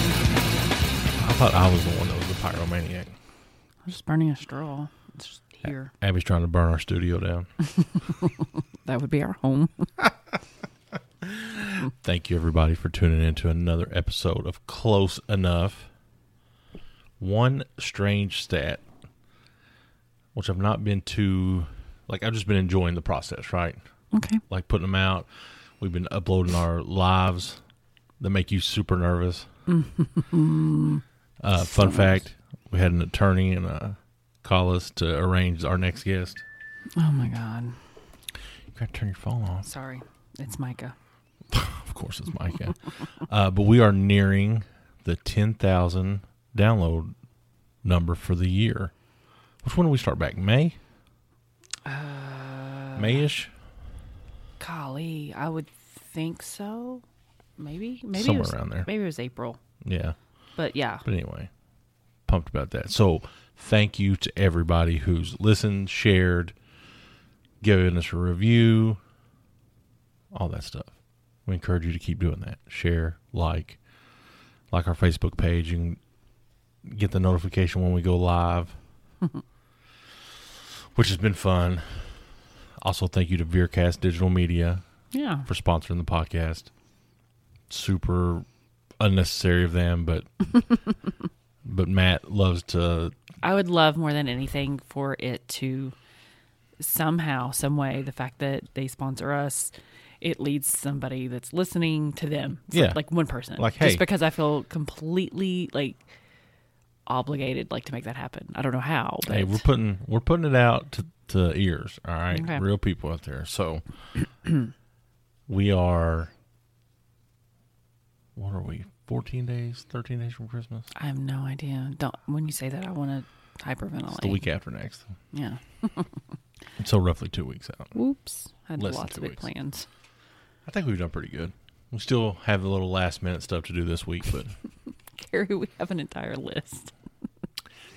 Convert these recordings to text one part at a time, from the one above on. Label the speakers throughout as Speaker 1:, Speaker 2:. Speaker 1: I thought I was the one that was the pyromaniac.
Speaker 2: I'm just burning a straw. It's just here.
Speaker 1: Abby's trying to burn our studio down.
Speaker 2: That would be our home.
Speaker 1: Thank you, everybody, for tuning in to another episode of Close Enough. One strange stat, which I've not been too, like, I've just been enjoying the process, right?
Speaker 2: Okay.
Speaker 1: Like, putting them out. We've been uploading our lives that make you super nervous. uh, fun fact we had an attorney and uh, call us to arrange our next guest.
Speaker 2: Oh my God.
Speaker 1: You got to turn your phone off.
Speaker 2: Sorry. It's Micah.
Speaker 1: Of course, it's Micah. uh, but we are nearing the 10,000 download number for the year. Which one do we start back? May? Uh, Mayish?
Speaker 2: Golly, I would think so. Maybe. Maybe
Speaker 1: Somewhere
Speaker 2: it was,
Speaker 1: around there.
Speaker 2: Maybe it was April.
Speaker 1: Yeah.
Speaker 2: But yeah.
Speaker 1: But anyway, pumped about that. So thank you to everybody who's listened, shared, given us a review, all that stuff. We encourage you to keep doing that. Share, like, like our Facebook page. You can get the notification when we go live, which has been fun. Also, thank you to Veercast Digital Media
Speaker 2: Yeah.
Speaker 1: for sponsoring the podcast. Super unnecessary of them, but but Matt loves to
Speaker 2: I would love more than anything for it to somehow, some way, the fact that they sponsor us, it leads somebody that's listening to them. So,
Speaker 1: Yeah.
Speaker 2: Like one person.
Speaker 1: Like, hey.
Speaker 2: Just because I feel completely like obligated like to make that happen. I don't know how, but
Speaker 1: hey, we're putting we're putting it out to, to ears, all right?
Speaker 2: Okay.
Speaker 1: Real people out there. So we are what are we? 14 days, 13 days from Christmas?
Speaker 2: I have no idea. Don't when you say that I want to hyperventilate.
Speaker 1: It's the week after next.
Speaker 2: Yeah.
Speaker 1: So roughly 2 weeks out.
Speaker 2: Whoops. I had
Speaker 1: Less than
Speaker 2: lots
Speaker 1: two
Speaker 2: of big
Speaker 1: weeks.
Speaker 2: plans.
Speaker 1: I think we've done pretty good. We still have a little last minute stuff to do this week, but
Speaker 2: Carrie, we have an entire list.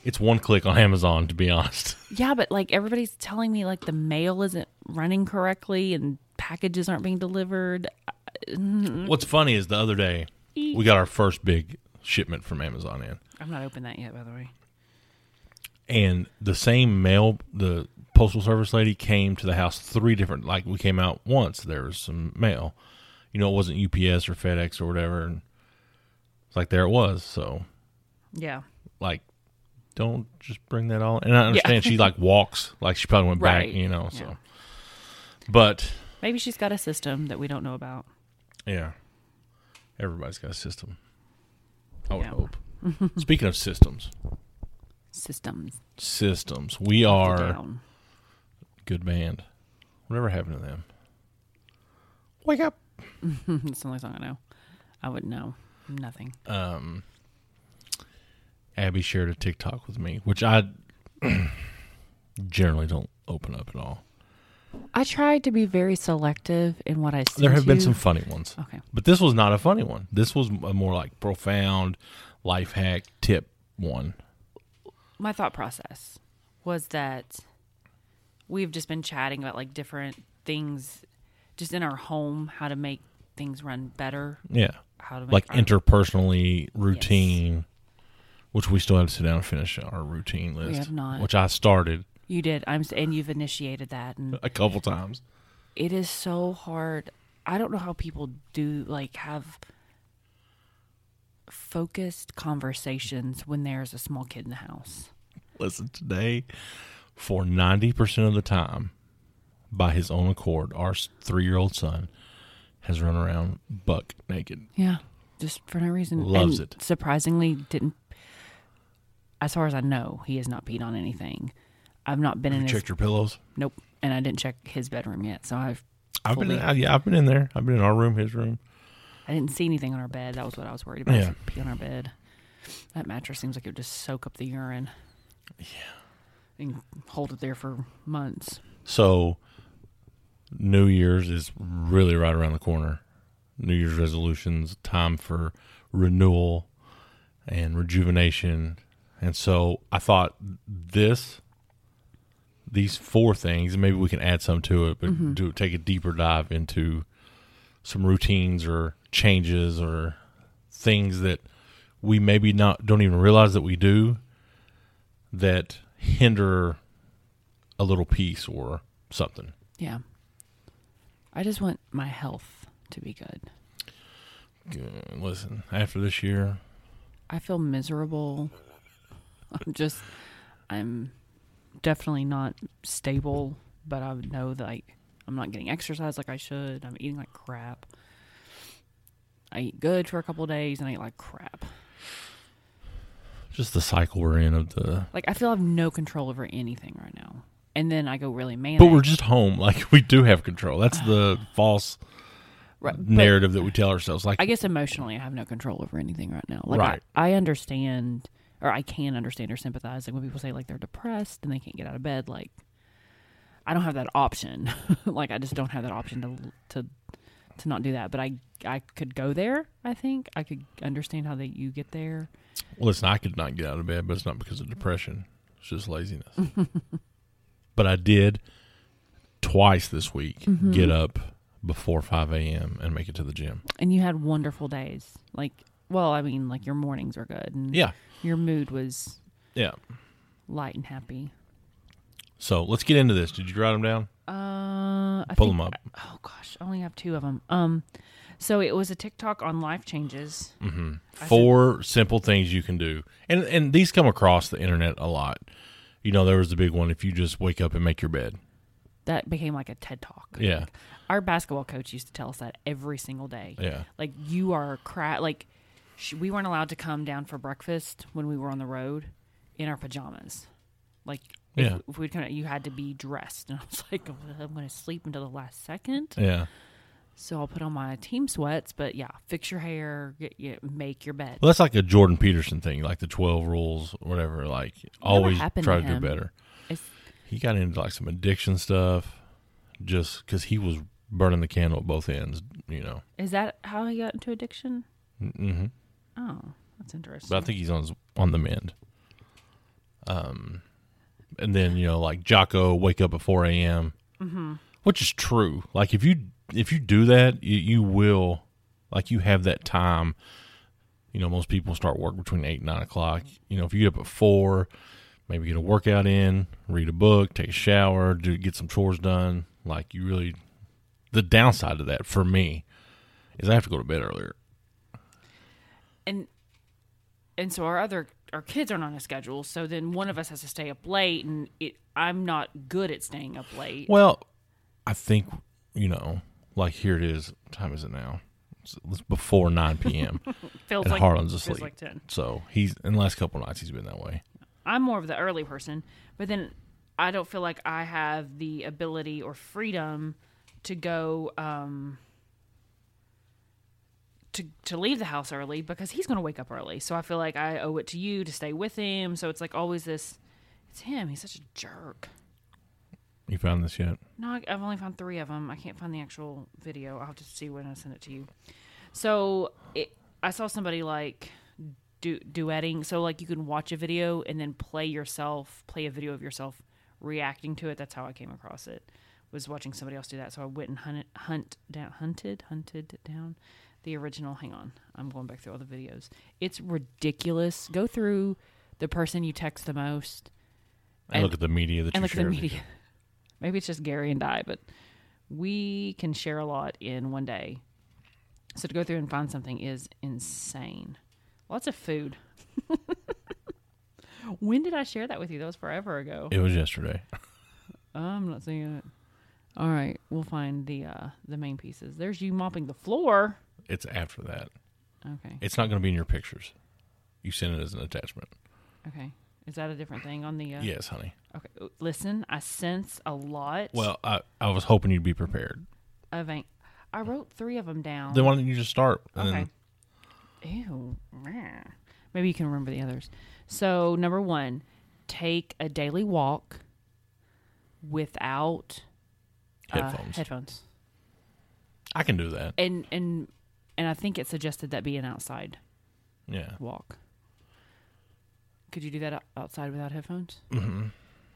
Speaker 1: it's one click on Amazon to be honest.
Speaker 2: Yeah, but like everybody's telling me like the mail isn't running correctly and packages aren't being delivered.
Speaker 1: What's funny is the other day we got our first big shipment from Amazon in,
Speaker 2: I'm not open that yet, by the way.
Speaker 1: and the same mail, the postal service lady came to the house three different. Like we came out once, there was some mail. You know, it wasn't UPS or FedEx or whatever, and it's like there it was. So
Speaker 2: Yeah.
Speaker 1: like, don't just bring that all. And I understand she like walks, like she probably went
Speaker 2: Right.
Speaker 1: back, you know.
Speaker 2: Yeah.
Speaker 1: So, but
Speaker 2: Maybe she's got a system that we don't know about.
Speaker 1: Yeah. Everybody's got a system. I would
Speaker 2: Yeah.
Speaker 1: hope. Speaking of systems,
Speaker 2: Systems
Speaker 1: systems, we
Speaker 2: are
Speaker 1: are
Speaker 2: down.
Speaker 1: good band. Whatever happened to them? Wake up.
Speaker 2: That's the only song I know. I would know nothing.
Speaker 1: Um, Abby shared a TikTok with me, which I generally don't open up at all.
Speaker 2: I tried to be very selective in what I said.
Speaker 1: There have been some funny ones.
Speaker 2: Okay.
Speaker 1: But this was not a funny one. This was a more like profound life hack tip one.
Speaker 2: my thought process was that we've just been chatting about like different things just in our home how to make things run better
Speaker 1: Yeah.
Speaker 2: how to make
Speaker 1: like
Speaker 2: our-
Speaker 1: interpersonally routine, which we still have to sit down and finish our routine list.
Speaker 2: have not.
Speaker 1: Which I started
Speaker 2: you did i'm s- and you've initiated that and
Speaker 1: a couple times.
Speaker 2: it is so hard I don't know how people do like have focused conversations when there's a small kid in the house.
Speaker 1: Listen, today, for 90% of the time, by his own accord, our three year old son has run around buck naked.
Speaker 2: Yeah, just for no reason.
Speaker 1: Loves
Speaker 2: And
Speaker 1: it.
Speaker 2: Surprisingly, didn't. As far as I know, he has not peed on anything. I've not been in
Speaker 1: You
Speaker 2: his
Speaker 1: checked your pillows?
Speaker 2: nope, and I didn't check his bedroom yet, so I've
Speaker 1: I've been,
Speaker 2: fully-
Speaker 1: in, yeah, I've been in there. I've been in our room, his room.
Speaker 2: I didn't see anything on our bed. That was what I was worried about.
Speaker 1: Yeah.
Speaker 2: Pee on our bed. That mattress seems like it would just soak up the urine. Yeah. And hold it there for months.
Speaker 1: So, New Year's is really right around the corner. New Year's resolutions, time for renewal and rejuvenation. And so, I thought this, these four things, and maybe we can add some to it, but do take a deeper dive into some routines or changes or things that we maybe not don't even realize that we do that hinder a little piece or something.
Speaker 2: Yeah. I just want my health to be good.
Speaker 1: Good. Listen, after this year,
Speaker 2: I feel miserable. I'm just, I'm definitely not stable, but I know that like, I'm not getting exercise like I should. I'm eating like crap. I eat good for a couple of days and I eat like crap.
Speaker 1: just the cycle we're in of the.
Speaker 2: Like I feel I have no control over anything right now. And then I go really manic.
Speaker 1: But we're just home. Like we do have control. That's the false
Speaker 2: Right, but
Speaker 1: narrative that we tell ourselves. Like
Speaker 2: I guess emotionally, I have no control over anything right now. Like
Speaker 1: Right.
Speaker 2: I, I understand, or I can understand or sympathize. Like when people say like they're depressed and they can't get out of bed, like I don't have that option. like I just don't have that option to to to not do that. But I I could go there. I think I could understand how that you get there.
Speaker 1: Listen, I could not get out of bed, but it's not because of depression. It's just laziness. but I did twice this week
Speaker 2: Mm-hmm.
Speaker 1: get up before 5 a.m. and make it to the gym.
Speaker 2: And you had wonderful days. Like well, I mean, like your mornings were good. And
Speaker 1: Yeah.
Speaker 2: your mood was
Speaker 1: Yeah.
Speaker 2: light and happy.
Speaker 1: So let's get into this. Did you write them down?
Speaker 2: Uh, I
Speaker 1: Pull
Speaker 2: think-
Speaker 1: them up.
Speaker 2: Oh gosh, I only have two of them. Um, so it was a TikTok on life changes.
Speaker 1: four simple things you can do and and these come across the internet a lot you know there was the big one if you just wake up and make your bed
Speaker 2: That became like a TED Talk.
Speaker 1: yeah
Speaker 2: Our basketball coach used to tell us that every single day.
Speaker 1: Yeah.
Speaker 2: Like you are crap. Like sh- we weren't allowed to come down for breakfast when we were on the road in our pajamas. Like if,
Speaker 1: Yeah.
Speaker 2: if we'd come, out, you had to be dressed. And I was like, I'm going to sleep until the last second.
Speaker 1: yeah
Speaker 2: So I'll put on my team sweats. But yeah, fix your hair, get, get, make your bed.
Speaker 1: well that's like a jordan peterson thing like the 12 rules or whatever like always
Speaker 2: happened
Speaker 1: try
Speaker 2: to
Speaker 1: to, do
Speaker 2: him.
Speaker 1: better
Speaker 2: It's-
Speaker 1: he got into like some addiction stuff just because he was burning the candle at both ends you know
Speaker 2: Is that how he got into addiction?
Speaker 1: mm-hmm.
Speaker 2: Oh, that's interesting.
Speaker 1: but i think he's on his, on the mend um and then you know like jocko wake up at 4 a.m which is true like if you if you do that you, you will like you have that time you know most people start work between 8 and 9 o'clock you know if you get up at 4 maybe get a workout in read a book take a shower do get some chores done like you really the downside of that for me is i have to go to bed earlier
Speaker 2: and and so our other our kids aren't on a schedule, so then one of us has to stay up late, and it, I'm not good at staying up late.
Speaker 1: Well, I think you know, like here it is. What time is it now? It's, it's before nine p.m.
Speaker 2: feels
Speaker 1: and
Speaker 2: like
Speaker 1: Harlan's
Speaker 2: feels
Speaker 1: asleep.
Speaker 2: like 10.
Speaker 1: So he's in the last couple nights he's been that way.
Speaker 2: I'm more of the early person, but then I don't feel like I have the ability or freedom to go um, to to leave the house early because he's going to wake up early. So I feel like I owe it to you to stay with him. So it's like always this. It's him. He's such a jerk.
Speaker 1: You found this yet?
Speaker 2: No, I- I've only found three of them. I can't find the actual video. I'll have to see when I send it to you. So it, I saw somebody like du- duetting. So like you can watch a video and then play yourself, play a video of yourself reacting to it. That's how I came across it. Was watching somebody else do that. So I went and hunt, hunt down, hunted, hunted down the original. Hang on, I'm going back through all the videos. It's ridiculous. Go through the person you text the most
Speaker 1: And, look at the media that you
Speaker 2: and look at the
Speaker 1: shared.
Speaker 2: media. Maybe it's just Gary and I, but we can share a lot in one day. So to go through and find something is insane. Lots of food. when did I share that with you? That was forever ago.
Speaker 1: It was yesterday.
Speaker 2: I'm not seeing it. All right, we'll find the uh the main pieces. There's you mopping the floor.
Speaker 1: It's after that.
Speaker 2: Okay.
Speaker 1: It's not going to be in your pictures. You send it as an attachment.
Speaker 2: Okay. Is that a different thing on the uh
Speaker 1: Yes, honey.
Speaker 2: Okay. Ooh, Listen, I sense a lot
Speaker 1: Well, I, I was hoping you'd be prepared.
Speaker 2: of an- I wrote 3 of them down.
Speaker 1: Then why don't you just start? And
Speaker 2: Okay.
Speaker 1: then-
Speaker 2: Ew. meh. Maybe you can remember the others. So, number one, take a daily walk without uh,
Speaker 1: headphones.
Speaker 2: headphones.
Speaker 1: I can do that.
Speaker 2: And and and I think it suggested that be an outside
Speaker 1: Yeah.
Speaker 2: walk. Could you do that o- outside without headphones? Mm-hmm.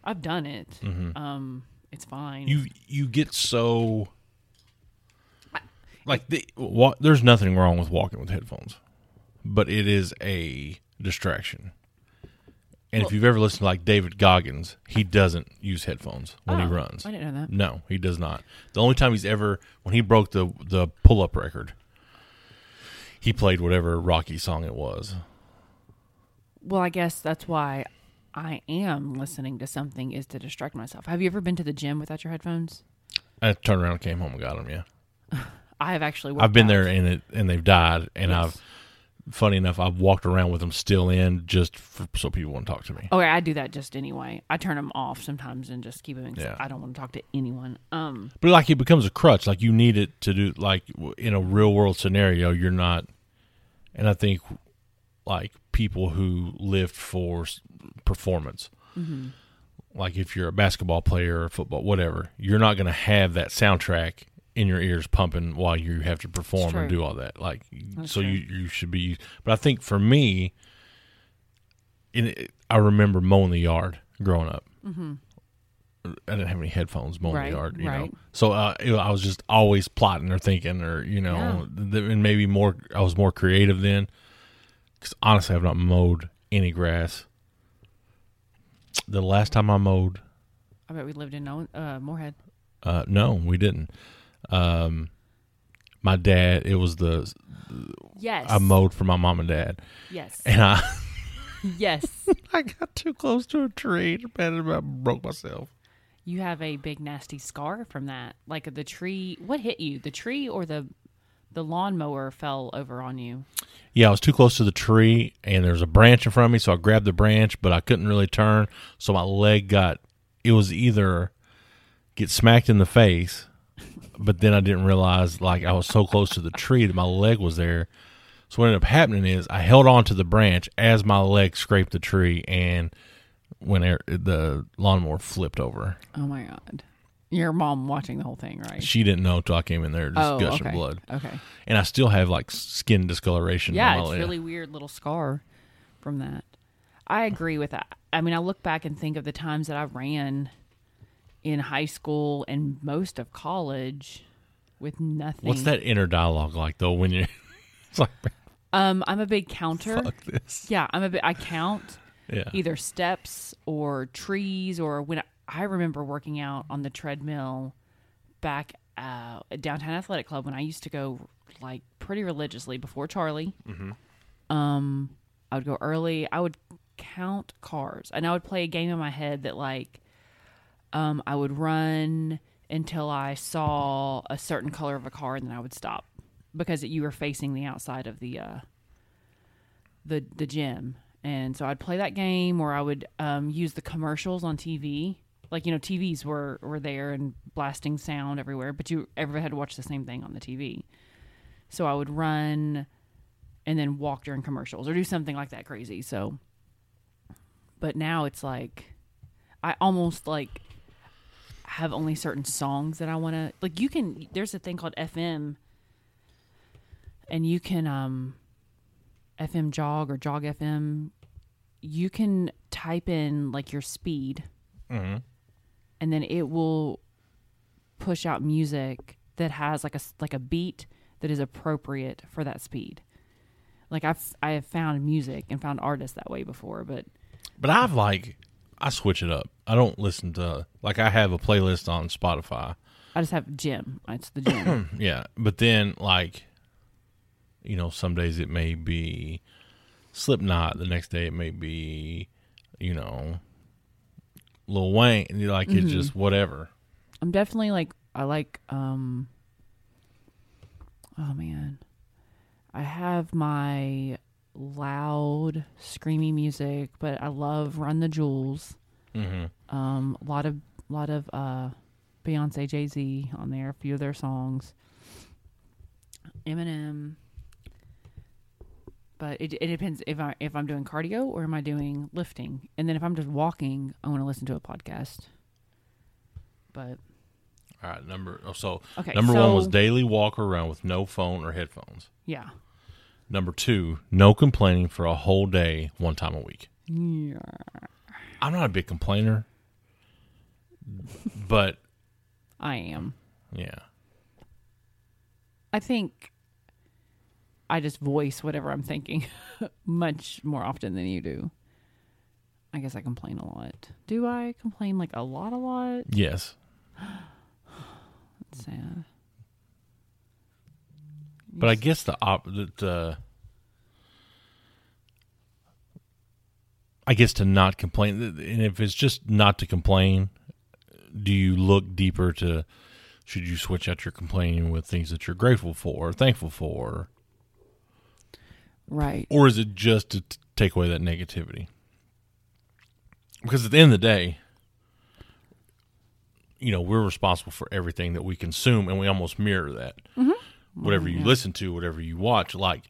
Speaker 2: I've done it. Um, it's fine.
Speaker 1: Mm-hmm. You you get so like the wa- there's nothing wrong with walking with headphones, but it is a distraction. And if you've ever listened to like David Goggins, he doesn't use headphones when he
Speaker 2: Oh,
Speaker 1: runs.
Speaker 2: I didn't know that.
Speaker 1: No, he does not. The only time he's ever when he broke the the pull up record, he played whatever Rocky song it was.
Speaker 2: Well, I guess that's why I am listening to something is to distract myself. Have you ever been to the gym without your headphones?
Speaker 1: I turned around, and came home, and got him. Yeah,
Speaker 2: I have actually. Worked
Speaker 1: I've been
Speaker 2: out.
Speaker 1: there, and it and they've died. And
Speaker 2: Yes.
Speaker 1: I've funny enough, I've walked around with them still in just for, so people won't talk to me.
Speaker 2: Okay, I do that just anyway. I turn them off sometimes and just keep them.
Speaker 1: Yeah.
Speaker 2: I don't want to talk to anyone. Um,
Speaker 1: But like it becomes a crutch. Like you need it to do like w- in a real world scenario, you're not. And I think like people who live for s- performance,
Speaker 2: Mm-hmm.
Speaker 1: like if you're a basketball player or football, whatever, you're not going to have that soundtrack in your ears pumping while you have to perform and
Speaker 2: true.
Speaker 1: do all that. Like so you you should be. But I think for me, in it, I remember mowing the yard growing up. I didn't have any headphones mowing
Speaker 2: Mm-hmm. Right,
Speaker 1: the yard, you
Speaker 2: right.
Speaker 1: know. So uh, you know, I was just always plotting or thinking, or you know, th- and maybe more. I was more creative then, because honestly, I've not mowed any grass. The last time I mowed,
Speaker 2: I bet we lived in Owen- uh, Moorhead.
Speaker 1: uh, no, we didn't. Um, my dad, it was the
Speaker 2: Yes.
Speaker 1: I mowed for my mom and dad,
Speaker 2: yes.
Speaker 1: and I
Speaker 2: yes.
Speaker 1: I got too close to a tree, and I broke myself.
Speaker 2: You have a big nasty scar from that. Like the tree. What hit you? The tree or the the lawnmower fell over on you.
Speaker 1: Yeah, I was too close to the tree, and there was a branch in front of me, so I grabbed the branch, but I couldn't really turn, so my leg got. It was either get smacked in the face, but then I didn't realize like I was so close to the tree that my leg was there. So what ended up happening is I held on to the branch as my leg scraped the tree, and when it, the lawnmower flipped over,
Speaker 2: Oh my god. Your mom watching the whole thing, right?
Speaker 1: she didn't know until I came in there, just
Speaker 2: oh,
Speaker 1: gushing
Speaker 2: okay.
Speaker 1: blood,
Speaker 2: Okay.
Speaker 1: and I still have like skin discoloration. on
Speaker 2: Yeah,
Speaker 1: my
Speaker 2: it's
Speaker 1: leg.
Speaker 2: really weird little scar from that. I agree with that. I mean, I look back and think of the times that I ran in high school and most of college with nothing.
Speaker 1: What's that inner dialogue like though when you it's like
Speaker 2: Um, I'm a big counter.
Speaker 1: fuck this.
Speaker 2: Yeah, I'm a bit. I count
Speaker 1: Yeah.
Speaker 2: either steps or trees or when I, I remember working out on the treadmill back uh, at downtown athletic club when I used to go like pretty religiously before Charlie. Um, I would go early. I would count cars, and I would play a game in my head that like, um, I would run until I saw a certain color of a car, and then I would stop because you were facing the outside of the uh, the the gym. And so I'd play that game, or I would um, use the commercials on TV. Like you know, TVs were were there and blasting sound everywhere, but you everyone had to watch the same thing on the TV. So I would run and then walk during commercials or do something like that crazy. So, but now it's like I almost like have only certain songs that I want to like. You can there's a thing called FM, and you can um FM jog or jog FM, you can type in like your speed and then it will push out music that has like a, s- like a beat that is appropriate for that speed. Like I've, I have found music and found artists that way before, but
Speaker 1: But I've like I switch it up. I don't listen to like I have a playlist on Spotify
Speaker 2: I just have gym. It's the gym.
Speaker 1: Yeah, but then like, you know, some days it may be Slipknot. The next day it may be, you know, Lil Wayne. You know, Like
Speaker 2: Mm-hmm.
Speaker 1: it's just whatever.
Speaker 2: I'm definitely like I like um Oh man. I have my loud screamy music, but I love Run the Jewels. Mm-hmm. Um a lot of lot of uh Beyonce, Jay-Z on there, a few of their songs. Eminem. But it, it depends if I if I'm doing cardio or am I doing lifting. And then if I'm just walking, I want to listen to a podcast. But
Speaker 1: All right, number oh, so
Speaker 2: Okay,
Speaker 1: number one was
Speaker 2: so-
Speaker 1: daily walk around with no phone or headphones.
Speaker 2: yeah.
Speaker 1: Number two, no complaining for a whole day, one time a week.
Speaker 2: Yeah.
Speaker 1: I'm not a big complainer, but
Speaker 2: I am.
Speaker 1: yeah,
Speaker 2: I think I just voice whatever I'm thinking much more often than you do. I guess I complain a lot. Do I complain like a lot, a lot?
Speaker 1: yes,
Speaker 2: It's sad.
Speaker 1: But I guess the op the, the I guess to not complain, and if it's just not to complain, do you look deeper to? Should you switch out your complaining with things that you're grateful for, or thankful for,
Speaker 2: Right.
Speaker 1: or is it just to t- take away that negativity? Because at the end of the day, you know, we're responsible for everything that we consume, and we almost mirror that. Whatever you listen to, whatever you watch, like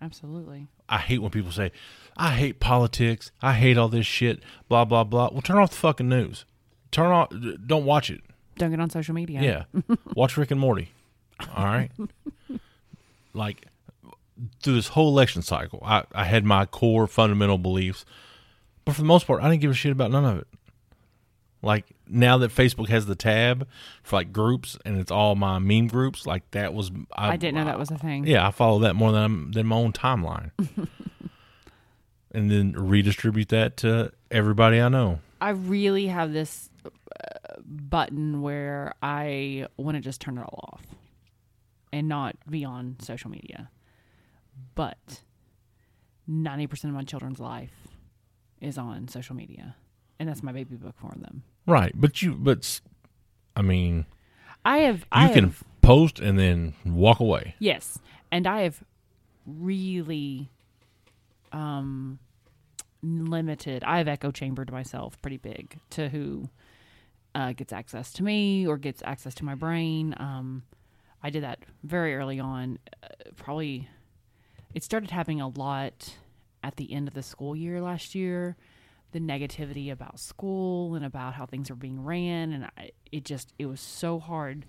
Speaker 2: Absolutely.
Speaker 1: I hate when people say, I hate politics. I hate all this shit, blah, blah, blah. Well, turn off the fucking news. Turn off, d- don't watch it.
Speaker 2: Don't get on social media.
Speaker 1: Yeah. watch Rick and Morty. All right. like, through this whole election cycle, I, I had my core fundamental beliefs, but for the most part, I didn't give a shit about none of it. Like, now that Facebook has the tab for like groups and it's all my meme groups, like that was.
Speaker 2: I didn't know that was a thing.
Speaker 1: Yeah, I follow that more than I'm, than my own timeline, and then redistribute that to everybody I know.
Speaker 2: I really have this uh, button where I want to just turn it all off and not be on social media. But 90% of my children's life is on social media, and that's my baby book for them.
Speaker 1: Right, but you, but s- I mean, you
Speaker 2: I have I
Speaker 1: can
Speaker 2: have,
Speaker 1: post and then walk away.
Speaker 2: Yes, and I have really um, limited. I have echo chambered myself pretty big to who uh, gets access to me or gets access to my brain. Um, I did that very early on. Uh, probably it started happening a lot at the end of the school year last year. The negativity about school and about how things are being ran, and I, it just it was so hard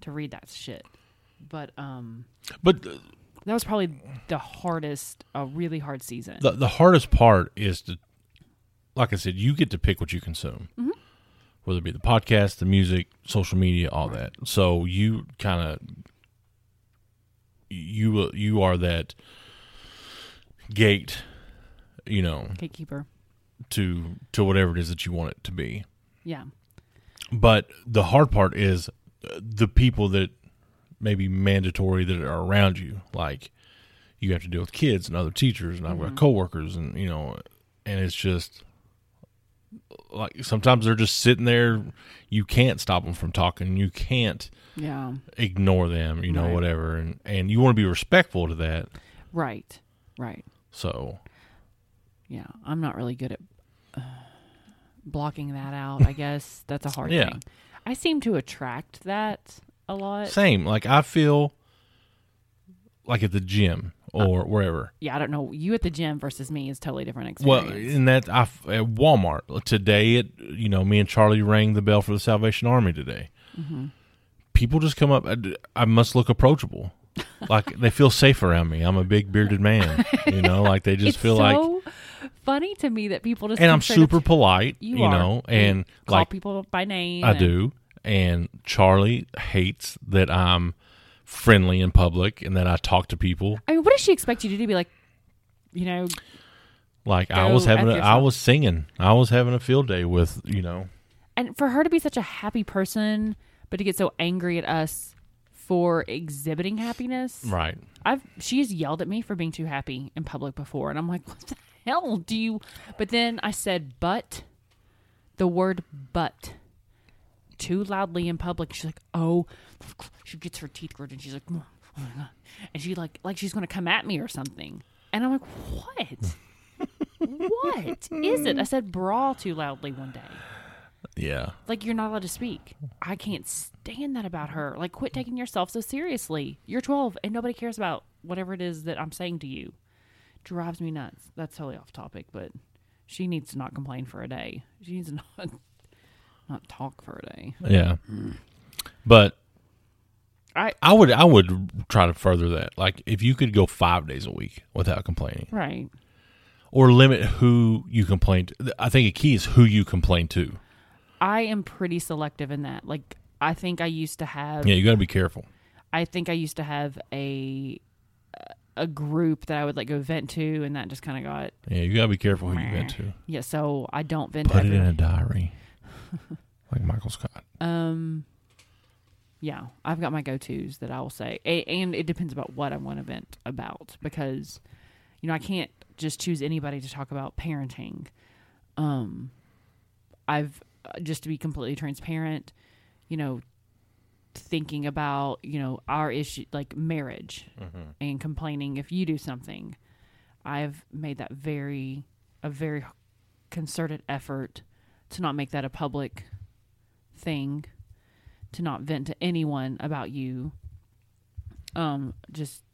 Speaker 2: to read that shit. But um,
Speaker 1: But uh,
Speaker 2: that was probably the hardest, a really hard season.
Speaker 1: the the hardest part is to, like I said, you get to pick what you consume,
Speaker 2: Mm-hmm.
Speaker 1: whether it be the podcast, the music, social media, all that. So you kind of you you are that gate, you know.
Speaker 2: Gatekeeper.
Speaker 1: to to whatever it is that you want it to be.
Speaker 2: Yeah.
Speaker 1: But the hard part is uh, the people that may be mandatory that are around you. Like you have to deal with kids and other teachers, and I've got coworkers, and you know, and it's just like sometimes they're just sitting there. You can't stop them from talking. You can't
Speaker 2: Yeah.
Speaker 1: ignore them. You know,
Speaker 2: Right.
Speaker 1: whatever, and and you want to be respectful to that.
Speaker 2: Right. Right.
Speaker 1: So
Speaker 2: Yeah. I'm not really good at uh, blocking that out, I guess. That's a hard
Speaker 1: Yeah.
Speaker 2: thing. I seem to attract that a lot.
Speaker 1: same. Like I feel like at the gym or wherever.
Speaker 2: yeah. I don't know. You at the gym versus me is totally different
Speaker 1: Well,
Speaker 2: experience.
Speaker 1: and that I f at Walmart today, it you know me and Charlie rang the bell for the Salvation Army today.
Speaker 2: Mm-hmm.
Speaker 1: People just come up. I, d- I must look approachable, like they feel safe around me. I'm a big bearded man, you know, like they just
Speaker 2: it's
Speaker 1: feel
Speaker 2: so
Speaker 1: like,
Speaker 2: funny to me that people just
Speaker 1: and I'm
Speaker 2: keep saying
Speaker 1: super
Speaker 2: that-
Speaker 1: polite, you,
Speaker 2: You, are.
Speaker 1: know, and
Speaker 2: You call
Speaker 1: like
Speaker 2: people by name.
Speaker 1: I
Speaker 2: and-
Speaker 1: do. And Charlie hates that I'm friendly in public and that I talk to people.
Speaker 2: I mean, what does she expect you to do? Be like, you know,
Speaker 1: Like I
Speaker 2: Go
Speaker 1: was having, a,
Speaker 2: Oh, F
Speaker 1: I
Speaker 2: yourself.
Speaker 1: was singing, I was having a field day with you know.
Speaker 2: and for her to be such a happy person but to get so angry at us for exhibiting happiness.
Speaker 1: Right.
Speaker 2: I've she's yelled at me for being too happy in public before, and I'm like, what the hell do you? But then I said, but the word but too loudly in public. She's like, oh, she gets her teeth gritted, and she's like, oh my god, and she like like she's gonna come at me or something, and I'm like, what? what is it? I said brawl too loudly one day.
Speaker 1: Yeah.
Speaker 2: Like you're not allowed to speak. I can't stand that about her. Like quit taking yourself so seriously. You're 12 and nobody cares about whatever it is that I'm saying to you. Drives me nuts. That's totally off topic, but she needs to not complain for a day. She needs to not not talk for a day.
Speaker 1: Yeah. But
Speaker 2: I
Speaker 1: I would I would try to further that. Like if you could go 5 days a week without complaining
Speaker 2: right.
Speaker 1: or limit who you complain to. I think a key is who you complain to.
Speaker 2: I am pretty selective in that. Like I think I used to have
Speaker 1: Yeah, you got to be careful.
Speaker 2: I think I used to have a a group that I would like go vent to and that just kind of got
Speaker 1: Yeah, you got to be careful who you vent to.
Speaker 2: yeah, so I don't vent to
Speaker 1: Put it in
Speaker 2: everyone.
Speaker 1: a diary. like Michael Scott.
Speaker 2: Um, yeah, I've got my go tos that I will say, A- and it depends about what I want to vent about because, you know, I can't just choose anybody to talk about parenting. Um, I've uh, just to be completely transparent, you know, thinking about you know our issue like marriage and complaining if you do something, I've made that very a very concerted effort to not make that a public thing to not vent to anyone about you um just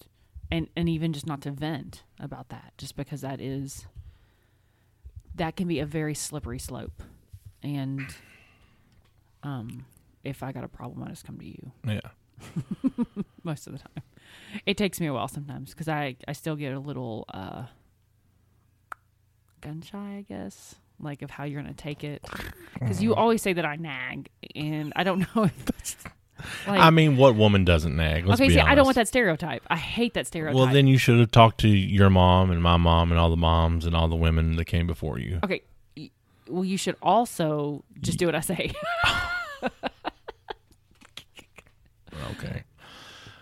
Speaker 2: and and even just not to vent about that just because that is that can be a very slippery slope and um if i got a problem i just come to you
Speaker 1: Yeah.
Speaker 2: most of the time it takes me a while sometimes because i i still get a little uh gun shy i guess like of how you're gonna take it because
Speaker 1: Mm.
Speaker 2: you always say that i nag and i don't know if like,
Speaker 1: I mean, what woman doesn't nag? Let's
Speaker 2: okay
Speaker 1: be
Speaker 2: see
Speaker 1: honest.
Speaker 2: i don't want that stereotype i hate that stereotype
Speaker 1: Well, then you should have talked to your mom and my mom and all the moms and all the women that came before you.
Speaker 2: okay y- well you should also just do what i say
Speaker 1: Okay.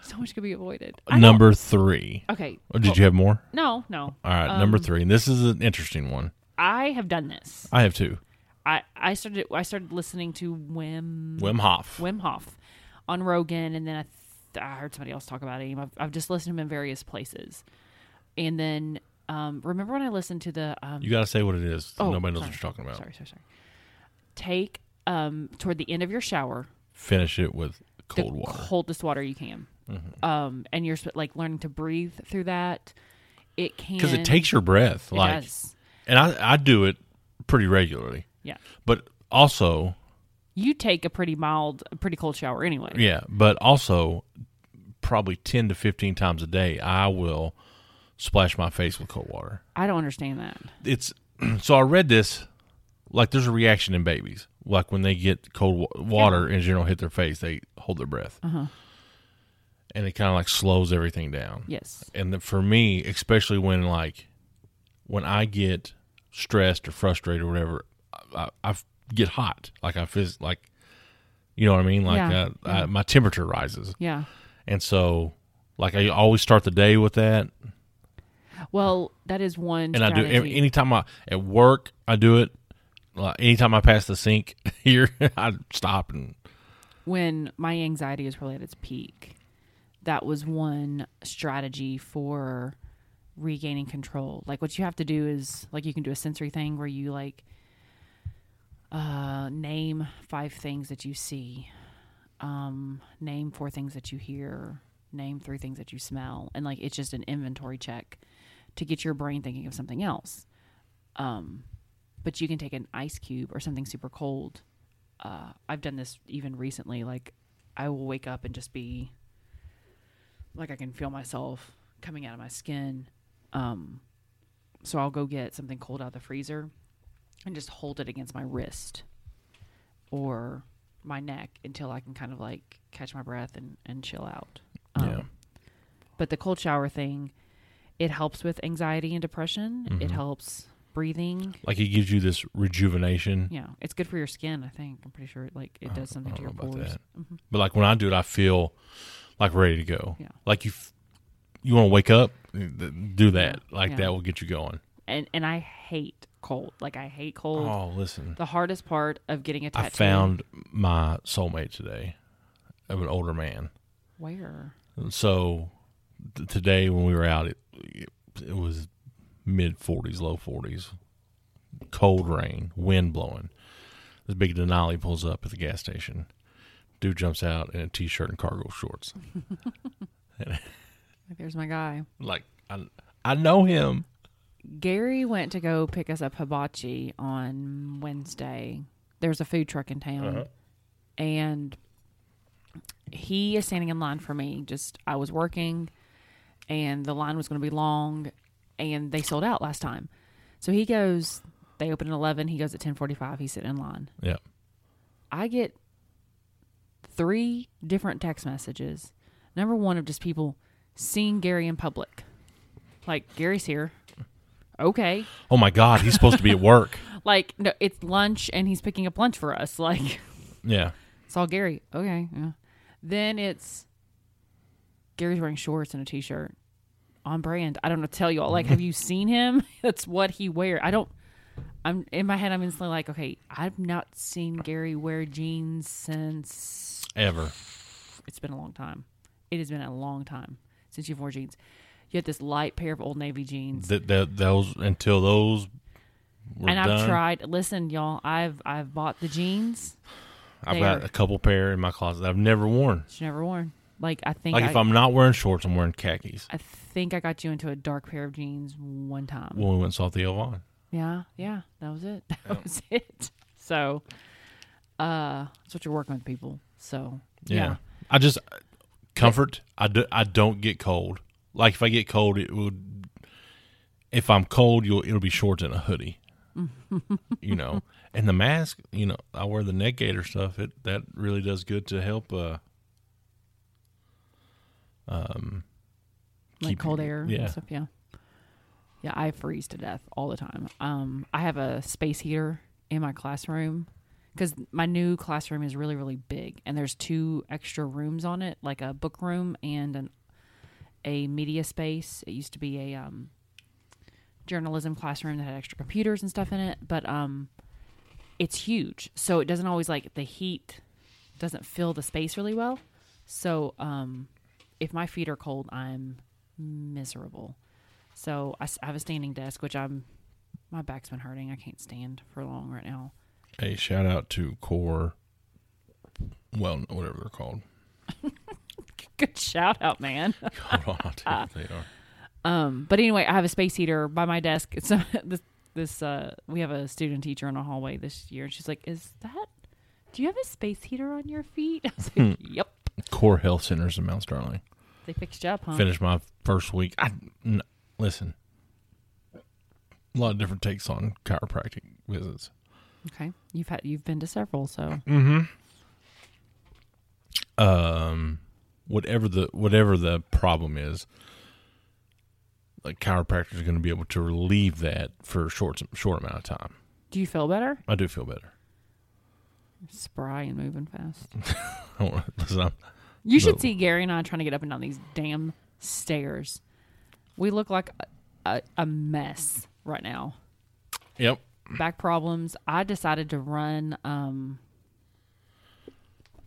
Speaker 2: so much could be avoided I don't-
Speaker 1: Number three.
Speaker 2: okay
Speaker 1: Oh, did you have more?
Speaker 2: no no
Speaker 1: All right.
Speaker 2: Um,
Speaker 1: number three. And this is an interesting one.
Speaker 2: i have done this
Speaker 1: I have two.
Speaker 2: i i started i started listening to whim
Speaker 1: Wim Hof.
Speaker 2: Wim Hof on Rogan, and then I, th- I heard somebody else talk about him. I've, I've just listened to him in various places, and then um, remember when I listened to the um,
Speaker 1: You got to say what it is.
Speaker 2: oh,
Speaker 1: Nobody knows
Speaker 2: sorry.
Speaker 1: what you're talking about.
Speaker 2: Sorry, sorry, sorry. Take um, toward the end of your shower
Speaker 1: Finish it with
Speaker 2: the
Speaker 1: cold water. Mm-hmm.
Speaker 2: coldest water you can, um, and you're sp- like learning to breathe through that. It can
Speaker 1: Because it takes your breath.
Speaker 2: it
Speaker 1: like,
Speaker 2: does.
Speaker 1: and I, I do it pretty regularly.
Speaker 2: yeah.
Speaker 1: But also,
Speaker 2: You take a pretty mild, a pretty cold shower anyway.
Speaker 1: Yeah, but also probably 10 to 15 times a day, I will splash my face with cold water.
Speaker 2: I don't understand that.
Speaker 1: It's so I read this like there's a reaction in babies. Like when they get cold wa- water in general hit their face, they hold their breath.
Speaker 2: Uh-huh.
Speaker 1: And it kind of like slows everything down.
Speaker 2: Yes.
Speaker 1: And then for me, especially when like when I get stressed or frustrated or whatever, I, I, I get hot. Like I phys- like you know what I mean? Like
Speaker 2: Yeah,
Speaker 1: uh I, my temperature rises.
Speaker 2: Yeah.
Speaker 1: And so, like, I always start the day with that.
Speaker 2: Well, that is one.
Speaker 1: And I do
Speaker 2: strategy.
Speaker 1: every, anytime I at work, I do it. Like, anytime I pass the sink here, I stop and
Speaker 2: when my anxiety was probably at its peak, that was one strategy for regaining control. Like what you have to do is like you can do a sensory thing where you like uh name five things that you see. Um name four things that you hear, name three things that you smell and like it's just an inventory check to get your brain thinking of something else. Um but you can take an ice cube or something super cold uh, I've done this even recently. Like, I will wake up and just be like, I can feel myself coming out of my skin. Um, so I'll go get something cold out of the freezer and just hold it against my wrist or my neck until I can kind of like catch my breath and, and chill out. Um,
Speaker 1: Yeah.
Speaker 2: But the cold shower thing, it helps with anxiety and depression. It helps breathing.
Speaker 1: Like it gives you this rejuvenation.
Speaker 2: Yeah, it's good for your skin. I think I'm pretty sure it like it does something to your
Speaker 1: about
Speaker 2: pores.
Speaker 1: that. But like when I do it, I feel like ready to go.
Speaker 2: Yeah.
Speaker 1: Like you, f- you want to wake up, th- do that. Like
Speaker 2: Yeah.
Speaker 1: that will get you going.
Speaker 2: And and I hate cold. Like I hate cold.
Speaker 1: Oh, listen,
Speaker 2: The hardest part of getting a tattoo.
Speaker 1: I found my soulmate today, of an older man.
Speaker 2: where
Speaker 1: And so t- today when we were out, it it, it was mid forties, low forties, cold rain, wind blowing. This big Denali pulls up at the gas station. Dude jumps out in a t-shirt and cargo shorts.
Speaker 2: like there's my guy.
Speaker 1: Like I, I know him.
Speaker 2: Gary went to go pick us up hibachi on Wednesday. There's a food truck in town. And he is standing in line for me. Just, I was working and the line was going to be long and they sold out last time. So he goes, they open at 11. He goes at 1045. He's sitting in line.
Speaker 1: Yeah.
Speaker 2: I get three different text messages. Number one of just people seeing Gary in public. Like, Gary's here. Okay.
Speaker 1: Oh my God, he's supposed to be at work.
Speaker 2: Like, no, it's lunch and he's picking up lunch for us. Like,
Speaker 1: Yeah.
Speaker 2: it's all Gary. Okay. Yeah. Then it's Gary's wearing shorts and a t shirt on brand. I don't know what to tell y'all. Like, have you seen him? That's what he wear. I don't. I'm in my head. I'm instantly like, okay, I've not seen Gary wear jeans since
Speaker 1: Ever.
Speaker 2: it's been a long time. It has been a long time since you've worn jeans. You had this light pair of old navy jeans,
Speaker 1: That that those until those. Were
Speaker 2: and I've
Speaker 1: done,
Speaker 2: tried. Listen, y'all, I've I've bought the jeans.
Speaker 1: I've
Speaker 2: they
Speaker 1: got
Speaker 2: are-
Speaker 1: a couple pair in my closet that I've never worn.
Speaker 2: She's never worn. Like I think
Speaker 1: Like
Speaker 2: I,
Speaker 1: if I'm not wearing shorts, I'm wearing khakis.
Speaker 2: I think I got you into a dark pair of jeans one time.
Speaker 1: When we went and saw Theo Vaughn.
Speaker 2: yeah, yeah, that was it. That was it. So, uh, that's what you're working with people. So
Speaker 1: Yeah.
Speaker 2: yeah,
Speaker 1: I just comfort. I, do, I don't get cold. Like if I get cold, it would. If I'm cold, you'll it'll be shorts and a hoodie. you know, and the mask. You know, I wear the neck gaiter stuff. It that really does good to help. Uh,
Speaker 2: like
Speaker 1: keep-
Speaker 2: cold air
Speaker 1: yeah.
Speaker 2: and stuff. Yeah, yeah, I freeze to death all the time. Um, I have a space heater in my classroom because my new classroom is really really big, and there's two extra rooms on it, like a book room and an a media space. It used to be a um, journalism classroom that had extra computers and stuff in it, but um, it's huge, so it doesn't always like the heat doesn't fill the space really well. So um, if my feet are cold, I'm miserable. So I, s- I have a standing desk, which I'm my back's been hurting. I can't stand for long right now.
Speaker 1: Hey, shout out to Core. Well, whatever they're called.
Speaker 2: Good shout out, man.
Speaker 1: Hold on, I'll tell you what they are.
Speaker 2: Um, but anyway, I have a space heater by my desk. It's this this uh, we have a student teacher in a hallway this year, and she's like, "Is that? Do you have a space heater on your feet?" I was like, "Yep."
Speaker 1: Core Health Centers in Mount Sterling.
Speaker 2: They fixed you up, huh?
Speaker 1: Finished my first week. I n- listen. A lot of different takes on chiropractic visits.
Speaker 2: Okay, you've had you've been to several, so
Speaker 1: whatever the whatever the problem is, like chiropractors are going to be able to relieve that for a short short amount of time.
Speaker 2: do you feel better?
Speaker 1: I do feel better.
Speaker 2: Spry and moving fast.
Speaker 1: I don't wanna- listen, I'm-
Speaker 2: You should
Speaker 1: No.
Speaker 2: see Gary and I trying to get up and down these damn stairs. We look like a, a, a mess right now.
Speaker 1: yep.
Speaker 2: Back problems. I decided to run. Um,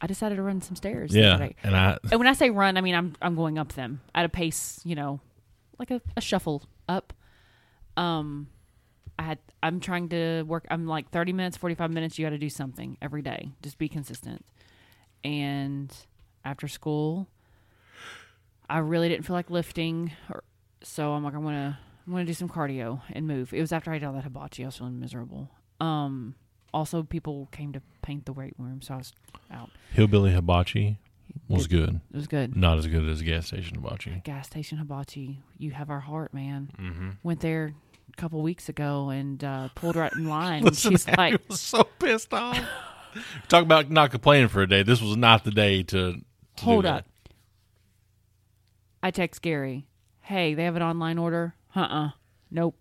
Speaker 2: I decided to run some stairs.
Speaker 1: Yeah.
Speaker 2: yesterday.
Speaker 1: And I
Speaker 2: And when I say run, I mean I'm I'm going up them at a pace, you know, like a, a shuffle up. Um, I had I'm trying to work. I'm like 30 minutes, 45 minutes. You got to do something every day. Just be consistent. And after school, I really didn't feel like lifting, or, so I'm like I'm gonna I'm gonna do some cardio and move. It was after I did all that hibachi. I was feeling miserable. Um, also people came to paint the weight room, so I was out.
Speaker 1: hillbilly hibachi was good.
Speaker 2: It was good.
Speaker 1: Not as good as gas station hibachi.
Speaker 2: gas station hibachi you have our heart man
Speaker 1: Mm-hmm.
Speaker 2: went there a couple weeks ago and uh, pulled her out in line and she's like
Speaker 1: was so pissed off. Talk about not complaining for a day. This was not the day to, to do
Speaker 2: hold
Speaker 1: that.
Speaker 2: up i text gary hey they have an online order uh-uh nope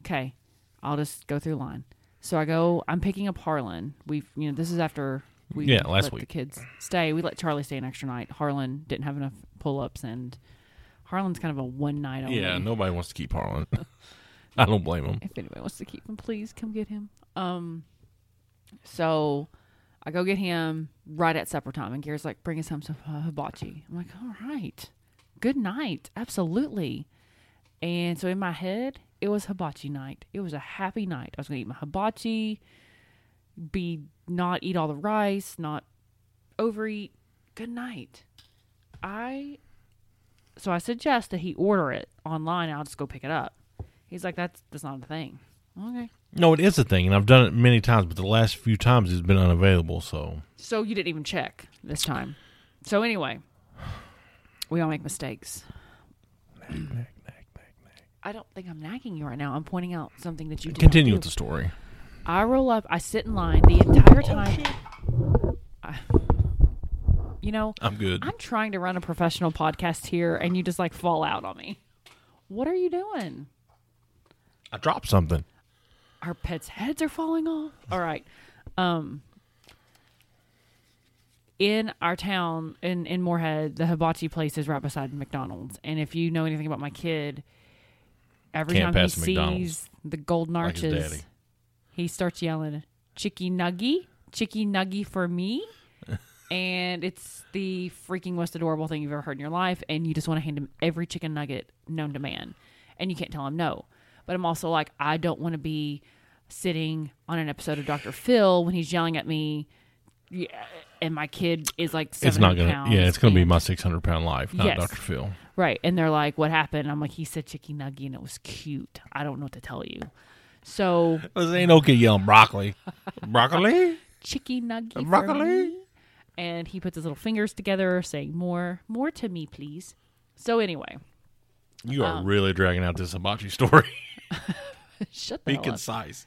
Speaker 2: okay I'll just go through line. So I go. I'm picking up Harlan. We've you know this is after we
Speaker 1: Yeah, last
Speaker 2: let the
Speaker 1: week.
Speaker 2: kids stay. We let Charlie stay an extra night. Harlan didn't have enough pull ups, and Harlan's kind of a one night only.
Speaker 1: Yeah, nobody wants to keep Harlan. I don't blame him.
Speaker 2: If anybody wants to keep him, please come get him. Mm-hmm. Um, so I go get him right at supper time, and Gary's like, "Bring us home some uh, hibachi." I'm like, "All right, good night, absolutely." And so in my head, it was hibachi night. It was a happy night. I was gonna eat my hibachi, be not eat all the rice, not overeat. Good night. I so I suggest that he order it online. I'll just go pick it up. He's like, that's that's not a thing. Okay.
Speaker 1: No, it is a thing, and I've done it many times, but the last few times it's been unavailable. So
Speaker 2: So you didn't even check this time. So anyway, we all make mistakes. I don't think I'm nagging you right now. I'm pointing out something that you did. not
Speaker 1: continue
Speaker 2: do.
Speaker 1: with the story.
Speaker 2: I roll up. I sit in line the entire time. I- you know,
Speaker 1: I'm good.
Speaker 2: I'm trying to run a professional podcast here, and you just like fall out on me. What are you doing?
Speaker 1: I dropped something.
Speaker 2: our pets' heads are falling off. All right. Um in our town in in Moorhead, the hibachi place is right beside McDonald's. And if you know anything about my kid, every
Speaker 1: Can't
Speaker 2: time he
Speaker 1: pass
Speaker 2: sees
Speaker 1: McDonald's.
Speaker 2: the golden
Speaker 1: Like his
Speaker 2: arches,
Speaker 1: daddy.
Speaker 2: he starts yelling, "Chicky nuggy, chicky nuggy for me." and it's the freaking most adorable thing you've ever heard in your life and you just want to hand him every chicken nugget known to man and you can't tell him no but i'm also like i don't want to be sitting on an episode of dr phil when he's yelling at me yeah, and my kid is like
Speaker 1: It's not
Speaker 2: 700
Speaker 1: gonna.
Speaker 2: pounds
Speaker 1: yeah, it's gonna be
Speaker 2: and-
Speaker 1: my 600 pound life, not
Speaker 2: Yes.
Speaker 1: Doctor Phil.
Speaker 2: Right. And they're like, what happened? I'm like, he said chicky nuggy and it was cute. I don't know what to tell you. So,
Speaker 1: This ain't okay yelling broccoli. broccoli.
Speaker 2: chicky nuggy. for
Speaker 1: Broccoli?
Speaker 2: me. And he puts his little fingers together, saying, more, more to me, please. So, anyway,
Speaker 1: You
Speaker 2: Oh.
Speaker 1: are really dragging out this hibachi story.
Speaker 2: shut the
Speaker 1: be
Speaker 2: hell up.
Speaker 1: concise.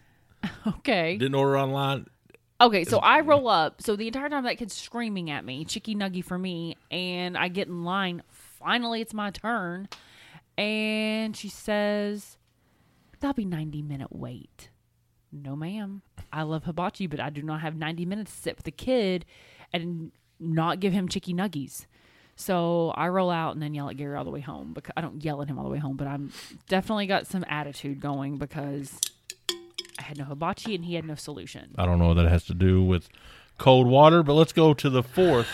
Speaker 2: Okay.
Speaker 1: Didn't order online.
Speaker 2: Okay, so I roll up. So the entire time that kid's screaming at me, chicky nuggy for me, and I get in line. Finally, it's my turn, and she says, "That'll be ninety minute wait." No, ma'am. I love hibachi, but I do not have ninety minutes to sit with the kid and not give him chicky nuggies. So I roll out and then yell at Gary all the way home. Because I don't yell at him all the way home, but I'm definitely got some attitude going because I had no hibachi and he had no solution.
Speaker 1: I don't know what that has to do with cold water, but let's go to the fourth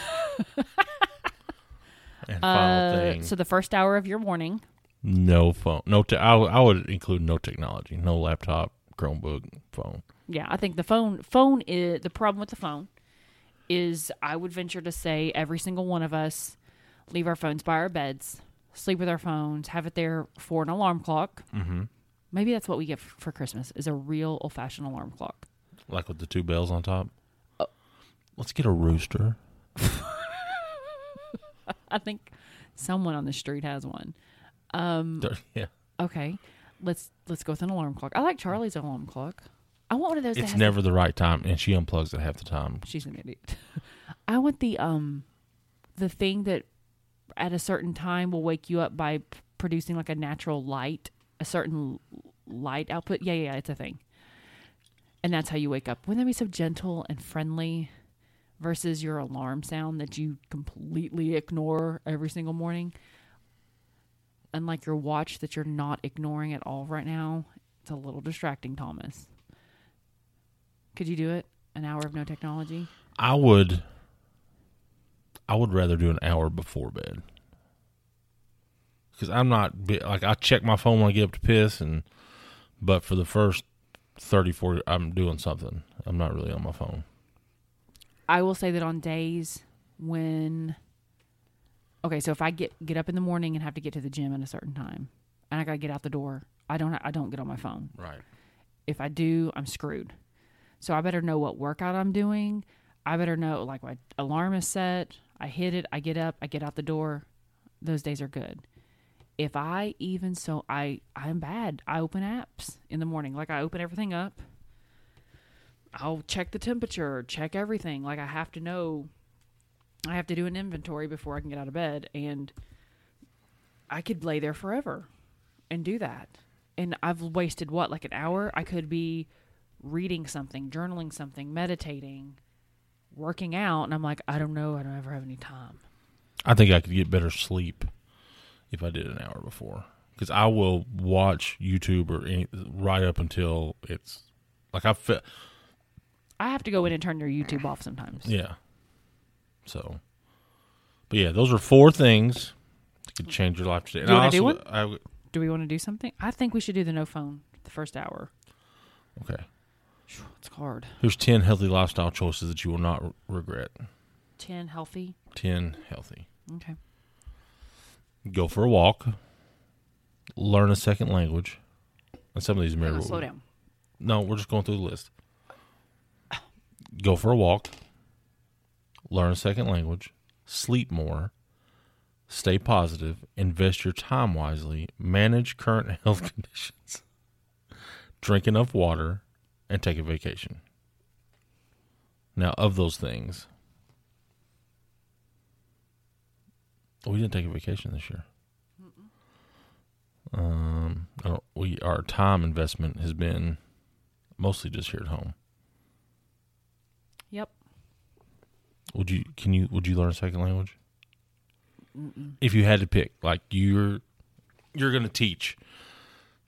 Speaker 1: and final
Speaker 2: Uh,
Speaker 1: thing.
Speaker 2: So the first hour of your morning,
Speaker 1: no phone. No. Te- I, I would include no technology. No laptop, Chromebook, phone.
Speaker 2: yeah, I think the phone phone is the problem with the phone is I would venture to say every single one of us leave our phones by our beds, sleep with our phones, have it there for an alarm clock. Mm-hmm. Maybe that's what we get f- for Christmas is a real old fashioned alarm clock.
Speaker 1: Like with the two bells on top. Uh, Let's get a rooster.
Speaker 2: I think someone on the street has one.
Speaker 1: There- yeah.
Speaker 2: Okay, let's let's go with an alarm clock. I like Charlie's alarm clock. I want one of those. that
Speaker 1: It's
Speaker 2: has
Speaker 1: never the right time, and she unplugs it half the time.
Speaker 2: she's an idiot. I want the um the thing that at a certain time will wake you up by p- producing like a natural light, a certain l- light output. Yeah, yeah, yeah, it's a thing. And that's how you wake up. Wouldn't that be so gentle and friendly versus your alarm sound that you completely ignore every single morning? Unlike your watch that you're not ignoring at all right now. It's a little distracting, Thomas. Could you do it? An hour of no technology?
Speaker 1: I would. I would rather do an hour before bed. Because I'm not bi- like I check my phone when I get up to piss, and but for the first 30, 40, I'm doing something. I'm not really on my phone.
Speaker 2: I will say that on days when okay, so if I get get up in the morning and have to get to the gym at a certain time, and I gotta get out the door, I don't I don't get on my phone.
Speaker 1: Right.
Speaker 2: If I do, I'm screwed. So I better know what workout I'm doing. I better know like my alarm is set. I hit it. I get up. I get out the door. Those days are good. If I even so I I'm bad. I open apps in the morning. Like I open everything up. I'll check the temperature, check everything. Like I have to know I have to do an inventory before I can get out of bed and I could lay there forever and do that. and I've wasted what like an hour. I could be reading something, journaling something, meditating, working out, and I'm like, I don't know, I don't ever have any time.
Speaker 1: I think I could get better sleep if I did an hour before because I will watch YouTube or any, right up until it's like I feel.
Speaker 2: I have to go in and turn your YouTube off sometimes.
Speaker 1: Yeah. So, but yeah, those are four things that could change your life today. And
Speaker 2: you
Speaker 1: I
Speaker 2: wanna do
Speaker 1: also- I w-
Speaker 2: Do we want to do something? I think we should do the no phone the first hour.
Speaker 1: okay.
Speaker 2: Phew, It's hard.
Speaker 1: Here's 10 healthy lifestyle choices that you will not re- regret.
Speaker 2: Ten healthy.
Speaker 1: 10 healthy.
Speaker 2: Okay.
Speaker 1: Go for a walk. Learn a second language. And some of these
Speaker 2: Hang
Speaker 1: mirror.
Speaker 2: on, slow down.
Speaker 1: No, we're just going through the list. Go for a walk. Learn a second language. Sleep more. Stay positive. Invest your time wisely. Manage current health conditions. Drink enough water and take a vacation. Now, of those things, we didn't take a vacation this year. Um, I don't, we our time investment has been mostly just here at home.
Speaker 2: Yep.
Speaker 1: Would you can you would you learn a second language? If you had to pick, like you're you're going to teach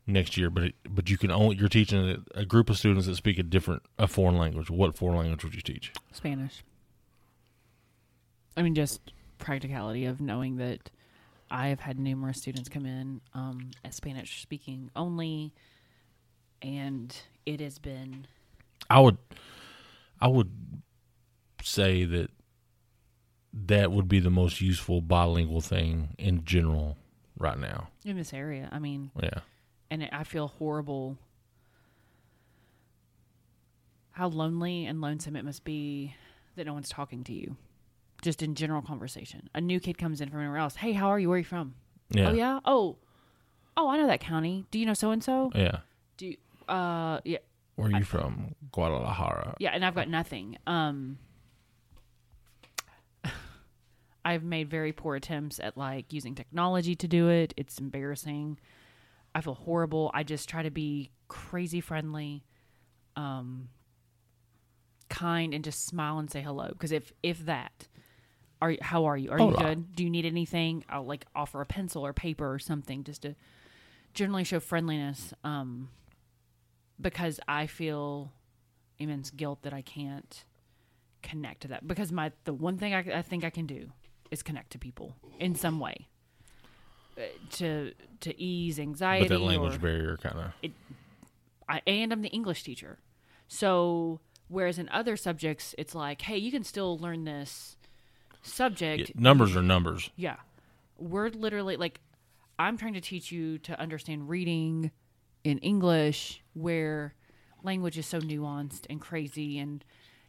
Speaker 1: next year, but it, but you can only you're teaching a, a group of students that speak a different a foreign language. What foreign language would you teach?
Speaker 2: Spanish. I mean, just practicality of knowing that I have had numerous students come in um, as Spanish speaking only, and it has been
Speaker 1: I would I would say that that would be the most useful bilingual thing in general right now.
Speaker 2: in this area. I mean,
Speaker 1: Yeah.
Speaker 2: and I feel horrible how lonely and lonesome it must be that no one's talking to you, just in general conversation. A new kid comes in from anywhere else. Hey, how are you? Where are you from?
Speaker 1: Yeah.
Speaker 2: Oh yeah. Oh, oh, I know that county. Do you know so and so?
Speaker 1: Yeah.
Speaker 2: Do you, uh yeah
Speaker 1: Where are you from? Guadalajara.
Speaker 2: yeah, and I've got nothing. Um, I've made very poor attempts at like using technology to do it. It's embarrassing. I feel horrible. I just try to be crazy friendly, um, kind, and just smile and say hello. Because if if that, are you- how are you? Are you
Speaker 1: Hola.
Speaker 2: good? Do you need anything? I'll like offer a pencil or paper or something just to generally show friendliness. Um, because I feel immense guilt that I can't connect to that because my the one thing I, I think I can do is connect to people in some way Uh, to to ease anxiety.
Speaker 1: But that language
Speaker 2: or-
Speaker 1: barrier kind of.
Speaker 2: I, and I'm the English teacher, so whereas in other subjects it's like, hey, you can still learn this subject.
Speaker 1: Numbers are numbers.
Speaker 2: Yeah. We're literally like I'm trying to teach you to understand reading in English where language is so nuanced and crazy and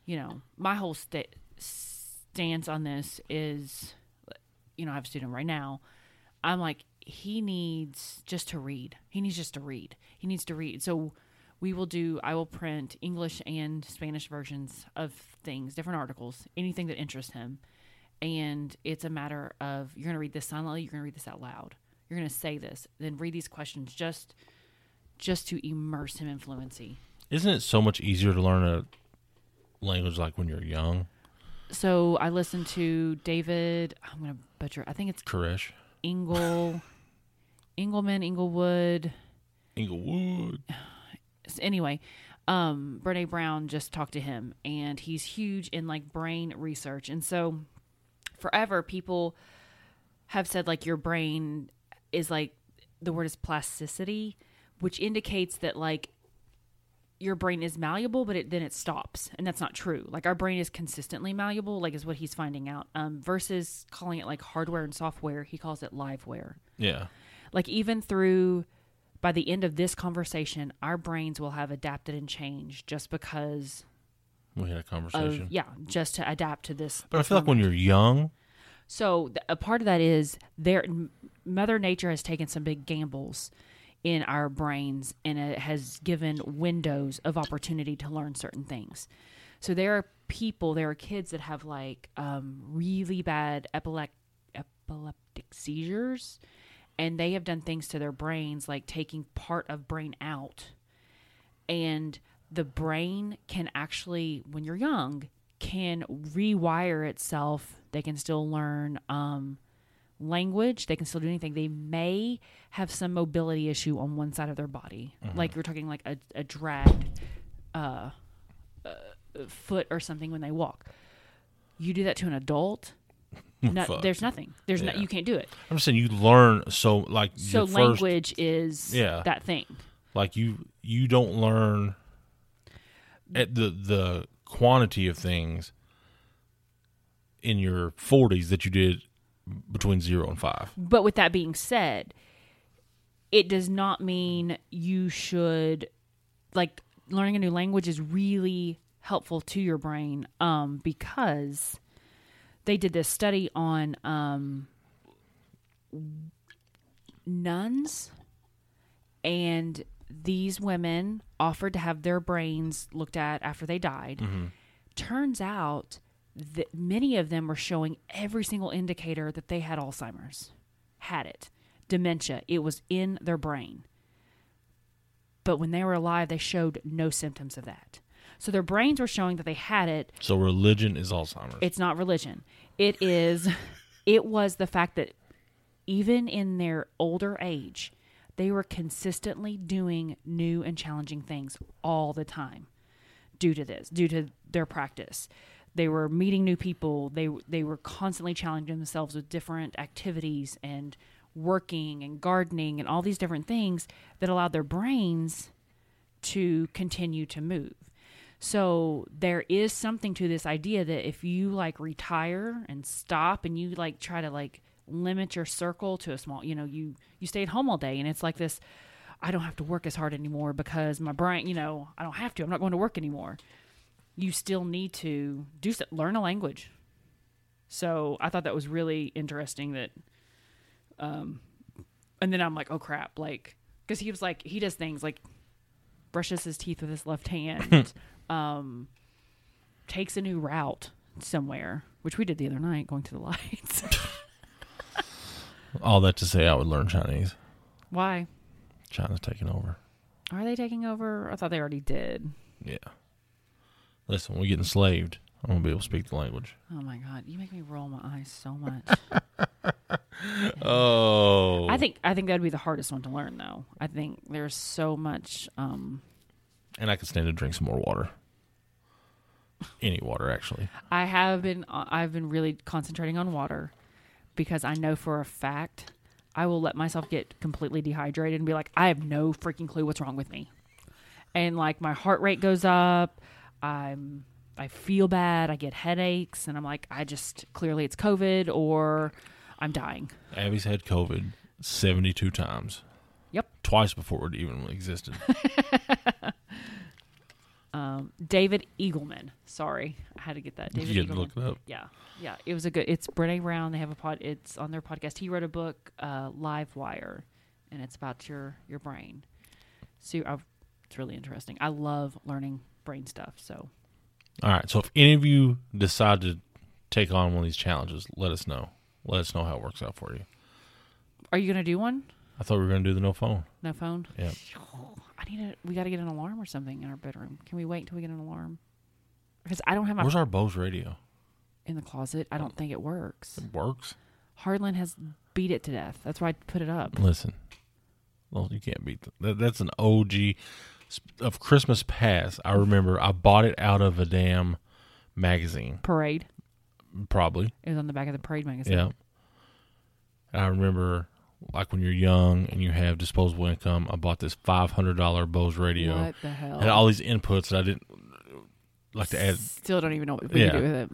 Speaker 2: you know, my whole sta- stance on this is you know, I have a student right now. I'm like he needs just to read. He needs just to read. He needs to read. So we will do I will print English and Spanish versions of things, different articles, anything that interests him and it's a matter of you're going to read this silently you're going to read this out loud you're going to say this then read these questions just just to immerse him in fluency
Speaker 1: Isn't it so much easier to learn a language like when you're young?
Speaker 2: so i listened to david i'm going to butcher i think it's
Speaker 1: Koresh.
Speaker 2: engel engelman englewood
Speaker 1: Inglewood.
Speaker 2: s- anyway, um, Brene Brown just talked to him, and he's huge in like brain research. And so, forever people have said like your brain is like the word is plasticity, which indicates that like your brain is malleable, but it, then it stops, and that's not true. Like our brain is consistently malleable, like is what he's finding out. Um, versus calling it like hardware and software, he calls it liveware
Speaker 1: Yeah.
Speaker 2: like even through by the end of this conversation our brains will have adapted and changed just because
Speaker 1: We had a
Speaker 2: of
Speaker 1: conversation.
Speaker 2: Oh, yeah just to adapt to this
Speaker 1: But I feel like when you're young,
Speaker 2: so th- a part of that is there m- mother nature has taken some big gambles in our brains and it has given windows of opportunity to learn certain things so there are people there are kids that have like um, really bad epilec- epileptic seizures and they have done things to their brains like taking part of brain out and the brain can actually when you're young can rewire itself they can still learn um, language they can still do anything they may have some mobility issue on one side of their body
Speaker 1: Mm-hmm.
Speaker 2: like you're talking like a, a dragged uh, uh, foot or something when they walk you do that to an adult no,
Speaker 1: Fuck.
Speaker 2: there's nothing there's no,
Speaker 1: Yeah.
Speaker 2: you can't do it
Speaker 1: I'm just saying you learn so like
Speaker 2: so
Speaker 1: your first-
Speaker 2: language is
Speaker 1: Yeah.
Speaker 2: that thing
Speaker 1: like you you don't learn at the the quantity of things in your 40s that you did between 0 and 5
Speaker 2: But with that being said, it does not mean you should like learning a new language is really helpful to your brain um, because they did this study on um, nuns and these women offered to have their brains looked at after they died turns out that many of them were showing every single indicator that they had Alzheimer's, had it, dementia. It was in their brain. But when they were alive, they showed no symptoms of that. So their brains were showing that they had it.
Speaker 1: so religion is alzheimer's
Speaker 2: It's not religion. It is, it was the fact that even in their older age, they were consistently doing new and challenging things all the time due to this, due to their practice. They were meeting new people. They they were constantly challenging themselves with different activities and working and gardening and all these different things that allowed their brains to continue to move. So there is something to this idea that if you like retire and stop and you like try to like limit your circle to a small, you know, you you stay at home all day and it's like this I don't have to work as hard anymore because my brain, you know, I don't have to. I'm not going to work anymore. You still need to do so, learn a language. So I thought that was really interesting. That, um, and then I'm like, oh crap, like because he was like he does things like brushes his teeth with his left hand, um, takes a new route somewhere, which we did the other night going to the lights.
Speaker 1: all that to say i would learn chinese
Speaker 2: Why
Speaker 1: china's taking over
Speaker 2: are they taking over? I thought they already did.
Speaker 1: yeah listen we're getting enslaved i'm gonna be able to speak the language
Speaker 2: Oh my god, you make me roll my eyes so much.
Speaker 1: oh
Speaker 2: I think I think that'd be the hardest one to learn though. I think there's so much um
Speaker 1: and i can stand to drink some more water any water actually
Speaker 2: I have been uh, I've been really concentrating on water because I know for a fact I will let myself get completely dehydrated and be like I have no freaking clue what's wrong with me. And like my heart rate goes up, I'm I feel bad, I get headaches and I'm like I just clearly it's covid or I'm dying.
Speaker 1: abby's had covid 72 times
Speaker 2: Yep.
Speaker 1: twice before it even existed
Speaker 2: David Eagleman. Sorry, I had to get that. David
Speaker 1: You had
Speaker 2: Eagleman.
Speaker 1: to look it up.
Speaker 2: Yeah, yeah. It was a good. It's Brene Brown. They have a pod. It's on their podcast. He wrote a book, uh, Live Wire, and it's about your your brain. So i it's really interesting. I love learning brain stuff. So
Speaker 1: All right. So if any of you decide to take on one of these challenges, let us know. Let us know how it works out for you.
Speaker 2: are you gonna do one?
Speaker 1: I thought we were going to do the no phone.
Speaker 2: No phone.
Speaker 1: Yeah.
Speaker 2: I need a. We got to get an alarm or something in our bedroom. Can we wait until we get an alarm? Because I don't have my
Speaker 1: Where's our Bose radio?
Speaker 2: in the closet. I
Speaker 1: Oh.
Speaker 2: don't think it works.
Speaker 1: It works.
Speaker 2: Hardlin has beat it to death. That's why I put it up.
Speaker 1: Listen, well, you can't beat that. that. That's an OG of Christmas past. I remember I bought it out of a damn magazine,
Speaker 2: Parade.
Speaker 1: probably.
Speaker 2: It was on the back of the Parade magazine.
Speaker 1: Yeah. And I remember, like when you're young and you have disposable income, I bought this five hundred dollar Bose radio.
Speaker 2: What the hell?
Speaker 1: Had uh, all these inputs that I didn't like to add
Speaker 2: Still don't even know what we
Speaker 1: Yeah.
Speaker 2: do with it.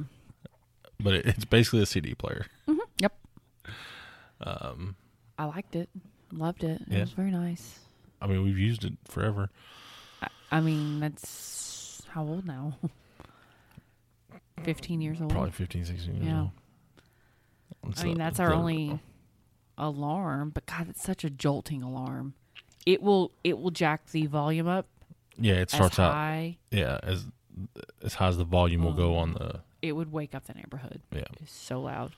Speaker 1: but it, it's basically a CD player.
Speaker 2: Yep. Um, I liked it. Loved it. It
Speaker 1: Yeah.
Speaker 2: was very nice.
Speaker 1: I mean, we've used it forever.
Speaker 2: I mean, that's how old now? 15 years old.
Speaker 1: Probably 15, 16 years
Speaker 2: Yeah.
Speaker 1: old. It's
Speaker 2: I mean,
Speaker 1: the-
Speaker 2: that's our
Speaker 1: the-
Speaker 2: only alarm, but God, it's such a jolting alarm. It will it will jack the volume up
Speaker 1: Yeah, it starts
Speaker 2: as
Speaker 1: out.
Speaker 2: high.
Speaker 1: Yeah, as as high as the volume will go on the.
Speaker 2: It would wake up the neighborhood.
Speaker 1: Yeah.
Speaker 2: It's so loud.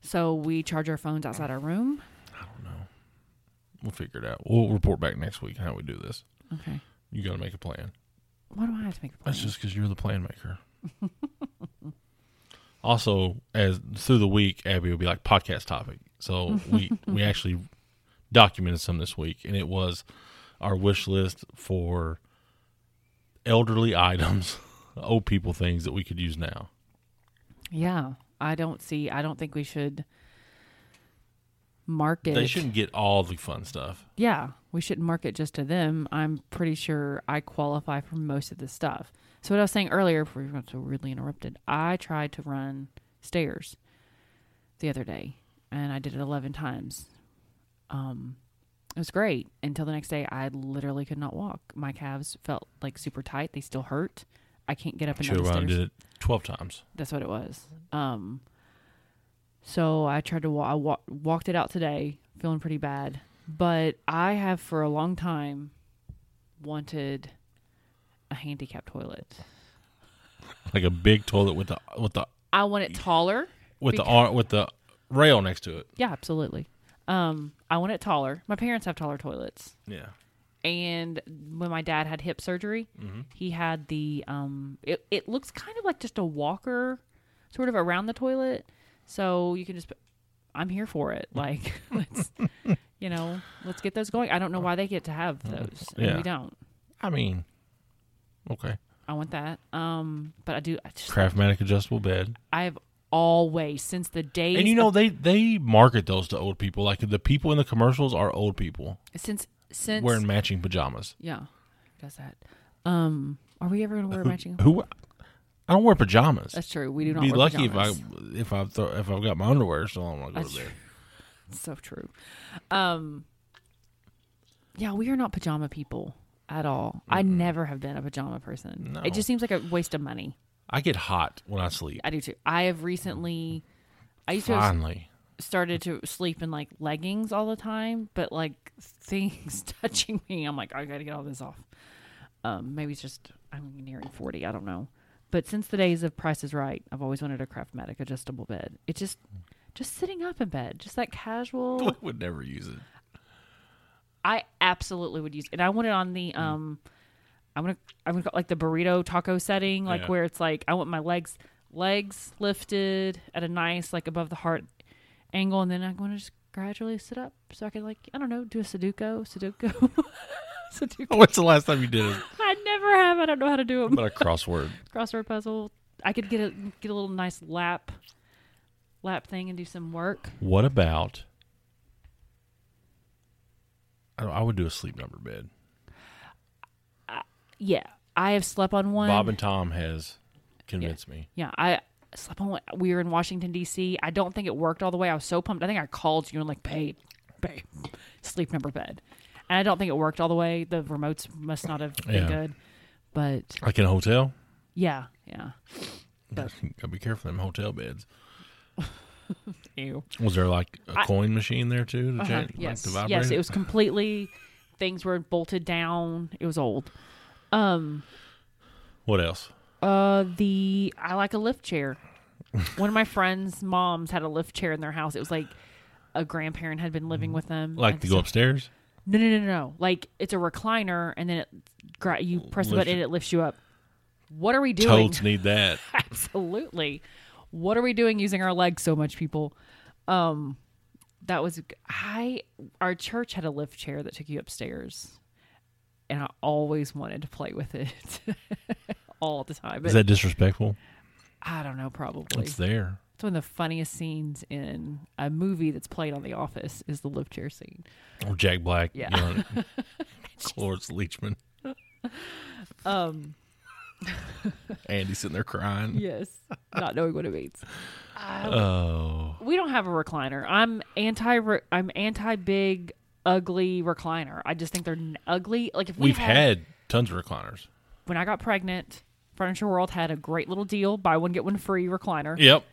Speaker 2: So we charge our phones outside our room.
Speaker 1: We'll figure it out. We'll report back next week how we do this.
Speaker 2: Okay.
Speaker 1: You got to make a plan.
Speaker 2: Why do I have to make a plan?
Speaker 1: That's just because you're the plan maker. also, as through the week, Abby will be like podcast topic. So we we actually documented some this week, and it was our wish list for elderly items, old people things that we could use now.
Speaker 2: yeah. I don't see. I don't think we should market.
Speaker 1: They shouldn't get all the fun stuff.
Speaker 2: Yeah, we shouldn't market just to them. I'm pretty sure I qualify for most of this stuff. So what I was saying earlier, before we got so rudely interrupted, I tried to run stairs the other day, and I did it 11 times. Um, it was great until the next day. I literally could not walk. My calves felt like super tight. They still hurt. I can't get up and down
Speaker 1: Should
Speaker 2: the
Speaker 1: have
Speaker 2: stairs.
Speaker 1: did it twelve times.
Speaker 2: That's what it was. Um, so I tried to wa- I wa- walked it out today, feeling pretty bad. But I have for a long time wanted a handicap toilet.
Speaker 1: Like a big toilet with the with the
Speaker 2: I want it taller.
Speaker 1: with the
Speaker 2: Because-
Speaker 1: ar with the rail next to it.
Speaker 2: Yeah, absolutely. Um, I want it taller. My parents have taller toilets.
Speaker 1: Yeah.
Speaker 2: and when my dad had hip surgery,
Speaker 1: Mm-hmm.
Speaker 2: he had the um it, it looks kind of like just a walker sort of around the toilet. So you can just put- I'm here for it. Like
Speaker 1: Mm-hmm.
Speaker 2: let's you know, let's get those going. I don't know why they get to have those and
Speaker 1: Mm-hmm. Yeah.
Speaker 2: we don't.
Speaker 1: I mean, okay.
Speaker 2: I want that. Um but I do I just
Speaker 1: Craftmatic adjustable bed.
Speaker 2: I've always since the days
Speaker 1: And you know
Speaker 2: of-
Speaker 1: they they market those to old people. Like the people in the commercials are old people
Speaker 2: since since
Speaker 1: wearing matching pajamas.
Speaker 2: Yeah. Who does that? Um are we ever gonna wear matching
Speaker 1: Who I don't wear pajamas.
Speaker 2: that's true. We do not
Speaker 1: Be
Speaker 2: wear
Speaker 1: lucky
Speaker 2: pajamas.
Speaker 1: if I if I throw, if I've got my underwear still on when I go
Speaker 2: That's
Speaker 1: to there.
Speaker 2: true. so true. Um, yeah, we are not pajama people at all. I never have been a pajama person.
Speaker 1: No.
Speaker 2: It just seems like a waste of money.
Speaker 1: I get hot when I sleep.
Speaker 2: I do too. I have recently, I used to have
Speaker 1: Finally,
Speaker 2: started to sleep in like leggings all the time, but like things touching me, I'm like, I gotta get all this off. Um, maybe it's just I'm nearing forty. I don't know. But since the days of Price is Right, I've always wanted a Craftmatic adjustable bed. It just, just sitting up in bed, just that casual.
Speaker 1: I would never use it.
Speaker 2: I absolutely would use, and I want it on
Speaker 1: Mm.
Speaker 2: the um, I'm gonna I'm gonna call it like the burrito taco setting, like
Speaker 1: Yeah.
Speaker 2: where it's like I want my legs legs lifted at a nice like above the heart angle, and then I'm gonna just gradually sit up so I can like I don't know do a sudoku sudoku sudoku.
Speaker 1: When's the last time you did it?
Speaker 2: I never have. I don't know how to do them.
Speaker 1: But a crossword.
Speaker 2: Crossword puzzle. I could get a get a little nice lap lap thing and do some work.
Speaker 1: What about? I, I would do a sleep number bed.
Speaker 2: Yeah, I have slept on one.
Speaker 1: Bob and Tom has convinced me.
Speaker 2: Yeah, I slept on. We were in Washington D.C. I don't think it worked all the way. I was so pumped. I think I called you and like, babe, babe, sleep number bed, and I don't think it worked all the way. The remotes must not have been
Speaker 1: Yeah.
Speaker 2: good, but
Speaker 1: Like in a hotel,
Speaker 2: yeah, yeah.
Speaker 1: gotta be careful of them hotel beds.
Speaker 2: Ew.
Speaker 1: Was there like a coin machine there too to
Speaker 2: Uh-huh,
Speaker 1: change, like
Speaker 2: yes,
Speaker 1: to vibrate?
Speaker 2: yes. It was completely. Things were bolted down. It was old. Um.
Speaker 1: What else?
Speaker 2: Uh, the I like a lift chair. One of my friends' moms had a lift chair in their house. It was like a grandparent had been living with them.
Speaker 1: Mm-hmm. Like
Speaker 2: and
Speaker 1: to go upstairs?
Speaker 2: No, no, no, no, no. Like it's a recliner, and then it gra- you press the
Speaker 1: Lift
Speaker 2: button
Speaker 1: you-
Speaker 2: and it lifts you up. What are we doing?
Speaker 1: Toads need that.
Speaker 2: Absolutely. What are we doing using our legs so much, people? Um, that was I. Our church had a lift chair that took you upstairs, and I always wanted to play with it all the time. But
Speaker 1: Is that disrespectful?
Speaker 2: I don't know. Probably
Speaker 1: It's there.
Speaker 2: it's one of the funniest scenes in a movie that's played on The Office is the lift chair scene.
Speaker 1: Or Jack Black.
Speaker 2: Yeah.
Speaker 1: Young, Cloris Leachman.
Speaker 2: Um.
Speaker 1: Andy's sitting there crying.
Speaker 2: Yes. Not knowing what it means.
Speaker 1: Oh.
Speaker 2: Uh, We don't have a recliner. I'm anti. I'm anti big, ugly recliner. I just think they're n- ugly. Like if we
Speaker 1: We've had tons of recliners.
Speaker 2: when I got pregnant, Furniture World had a great little deal: buy one get one free recliner.
Speaker 1: Yep.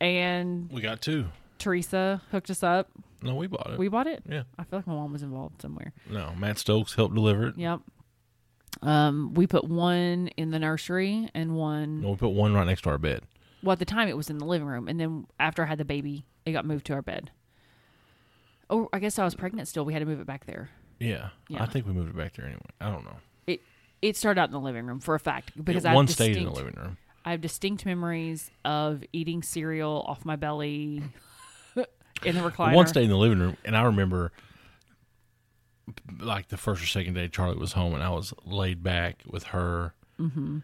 Speaker 2: And
Speaker 1: We got two.
Speaker 2: Teresa hooked us up.
Speaker 1: No, we bought it.
Speaker 2: We bought it.
Speaker 1: yeah.
Speaker 2: I feel like my mom was involved somewhere.
Speaker 1: No, Matt Stokes helped deliver it.
Speaker 2: Yep. Um, we put one in the nursery and one.
Speaker 1: No, we put one right next to our bed.
Speaker 2: Well, at the time it was in the living room, and then after I had the baby, it got moved to our bed. Oh, I guess I was pregnant still. We had to move it back there.
Speaker 1: Yeah.
Speaker 2: Yeah.
Speaker 1: I think we moved it back there anyway. I don't know.
Speaker 2: It it started out in the living room for a fact because I
Speaker 1: one
Speaker 2: have
Speaker 1: stayed in the
Speaker 2: distinct-
Speaker 1: living room.
Speaker 2: I have distinct memories of eating cereal off my belly in the recliner.
Speaker 1: One stayed in the living room, and I remember like the first or second day Charlie was home, and I was laid back with her,
Speaker 2: Mm-hmm.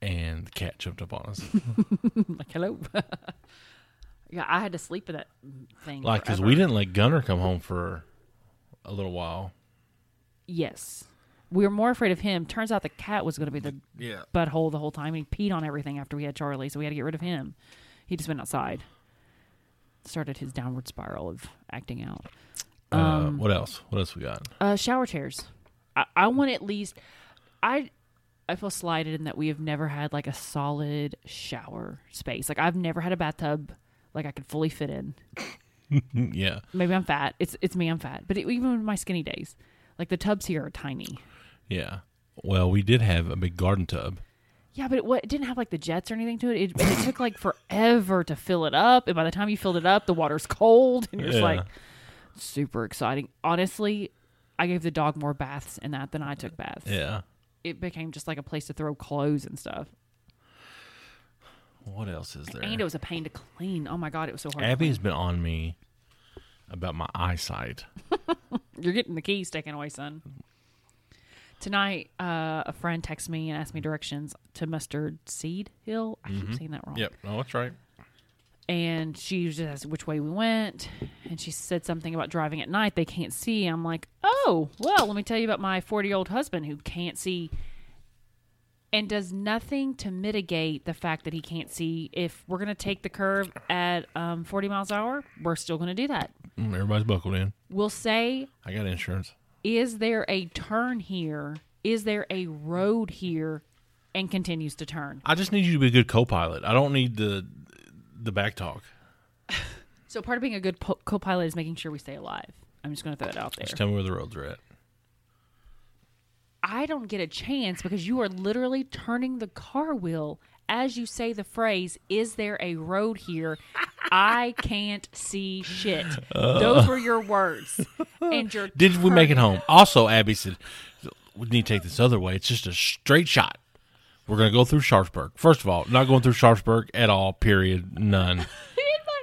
Speaker 1: and the cat jumped up on us.
Speaker 2: like hello. yeah, I had to sleep in that thing.
Speaker 1: like because
Speaker 2: forever.
Speaker 1: we didn't let Gunner come home for a little while.
Speaker 2: Yes. We were more afraid of him. Turns out the cat was going to be the
Speaker 1: Yeah.
Speaker 2: butthole the whole time. He peed on everything after we had Charlie, so we had to get rid of him. He just went outside. Started his downward spiral of acting out.
Speaker 1: Uh,
Speaker 2: Um.
Speaker 1: what else? What else we got?
Speaker 2: Uh, shower chairs. I, I want at least. I I feel slighted in that we have never had like a solid shower space. Like I've never had a bathtub like I could fully fit in.
Speaker 1: Mm, Yeah,
Speaker 2: Maybe I'm fat. It's it's me. I'm fat. But it, even in my skinny days, like the tubs here are tiny.
Speaker 1: yeah. Well, we did have a big garden tub.
Speaker 2: Yeah, but it, what, it didn't have like the jets or anything to it. It, and it took like forever to fill it up, and by the time you filled it up, the water's cold, and you're just
Speaker 1: Yeah.
Speaker 2: like, super exciting. Honestly, I gave the dog more baths in that than I took baths.
Speaker 1: Yeah.
Speaker 2: It became just like a place to throw clothes and stuff,
Speaker 1: What else is there?
Speaker 2: and it was a pain to clean. Oh my god, it was so hard. to
Speaker 1: Abby has been on me about my eyesight.
Speaker 2: clean. you're getting the keys taken away, son. Tonight, uh, a friend texted me and asked me directions to Mustard Seed Hill. I
Speaker 1: Mm-hmm.
Speaker 2: keep saying that wrong.
Speaker 1: No, Oh, that's right.
Speaker 2: and she just asked which way we went and she said something about driving at night they can't see i'm like oh well let me tell you about my 40 year old husband who can't see and does nothing to mitigate the fact that he can't see if we're going to take the curve at um, 40 miles an hour we're still going to do that
Speaker 1: Mm, Everybody's buckled in.
Speaker 2: we'll say
Speaker 1: I got insurance.
Speaker 2: is there a turn here is there a road here and continues to turn
Speaker 1: I just need you to be a good co-pilot. I don't need the the back talk.
Speaker 2: so part of being a good po- co-pilot is making sure we stay alive i'm just going to throw that out there
Speaker 1: Just tell me where the roads are at.
Speaker 2: I don't get a chance because you are literally turning the car wheel as you say the phrase, Is there a road here? I can't see shit. Those were your words. And your
Speaker 1: Did we make it home? Also, Abby said we need to take this other way. It's just a straight shot. We're gonna go through Sharpsburg. First of all, not going through Sharpsburg at all. Period. None.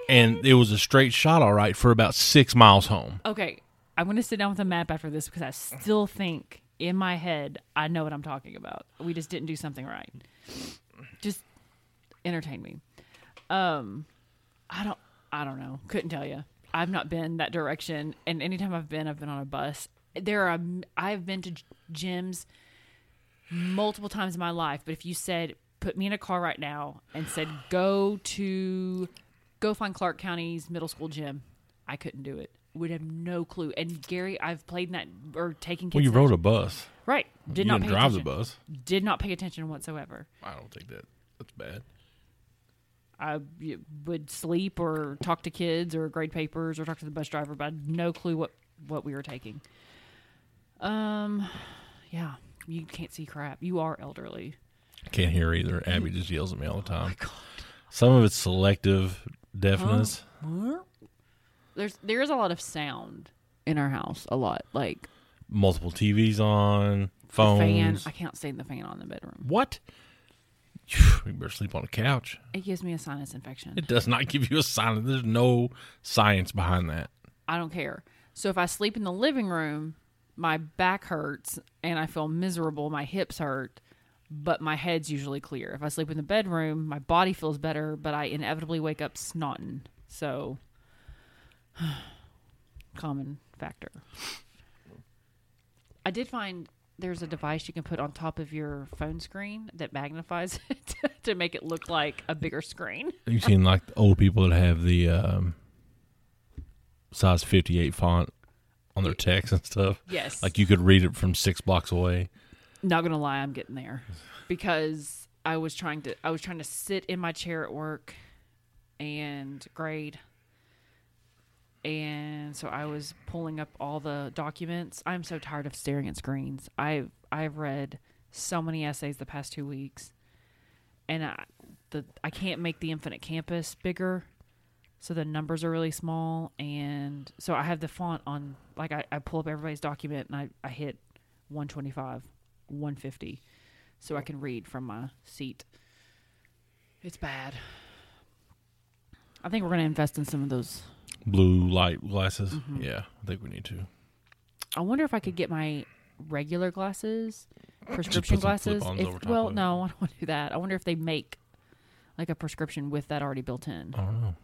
Speaker 1: and it was a straight shot, all right, for about six miles home.
Speaker 2: Okay, I'm going to sit down with a map after this because I still think in my head I know what I'm talking about. We just didn't do something right. Just entertain me. Um, I don't, I don't know. Couldn't tell you. I've not been that direction, and anytime I've been, I've been on a bus. There are, I've been to gyms multiple times in my life, but if you said put me in a car right now and said go to go find Clark County's middle school gym, I couldn't do it. Would have no clue. And Gary, I've played in that or taken kids.
Speaker 1: Well, you
Speaker 2: in that-
Speaker 1: rode a bus.
Speaker 2: right. Did
Speaker 1: you
Speaker 2: not
Speaker 1: didn't
Speaker 2: pay
Speaker 1: drive
Speaker 2: attention.
Speaker 1: the bus.
Speaker 2: Did not pay attention whatsoever.
Speaker 1: I don't think that that's bad.
Speaker 2: I y- would sleep or talk to kids or grade papers or talk to the bus driver, but I had no clue what what we were taking. Um, yeah, you can't see crap. You are elderly.
Speaker 1: Can't hear either. Abby just yells at me all the
Speaker 2: Oh,
Speaker 1: time. Some of it's selective deafness.
Speaker 2: There's there is a lot of sound in our house. A lot like
Speaker 1: Multiple TVs on,
Speaker 2: the fan.
Speaker 1: phones.
Speaker 2: I can't stand the fan on the bedroom.
Speaker 1: What? You better sleep on a couch.
Speaker 2: It gives me a sinus infection.
Speaker 1: It does not give you a sign. There's no science behind that.
Speaker 2: I don't care. So if I sleep in the living room, my back hurts and I feel miserable. My hips hurt, but my head's usually clear. If I sleep in the bedroom, my body feels better, but I inevitably wake up snotting. So, common factor. I did find there's a device you can put on top of your phone screen that magnifies it to make it look like a bigger screen.
Speaker 1: You've seen like the old people that have the um, size 58 font on their text and stuff.
Speaker 2: Yes.
Speaker 1: Like you could read it from six blocks away.
Speaker 2: not gonna lie i'm getting there because i was trying to i was trying to sit in my chair at work and grade and so i was pulling up all the documents i'm so tired of staring at screens i i've read so many essays the past two weeks and i the i can't make the infinite campus bigger so the numbers are really small and so i have the font on like i, I pull up everybody's document and i, I hit 125 150 so i can read from my seat it's bad i think we're going to invest in some of those
Speaker 1: Blue light glasses.
Speaker 2: Mm-hmm.
Speaker 1: Yeah, I think we need to.
Speaker 2: I wonder if I could get my regular glasses, prescription
Speaker 1: put some
Speaker 2: glasses.
Speaker 1: flip-ons
Speaker 2: If-
Speaker 1: over top
Speaker 2: well,
Speaker 1: of it.
Speaker 2: no, I don't want to do that. I wonder if they make like a prescription with that already built in.
Speaker 1: I don't know.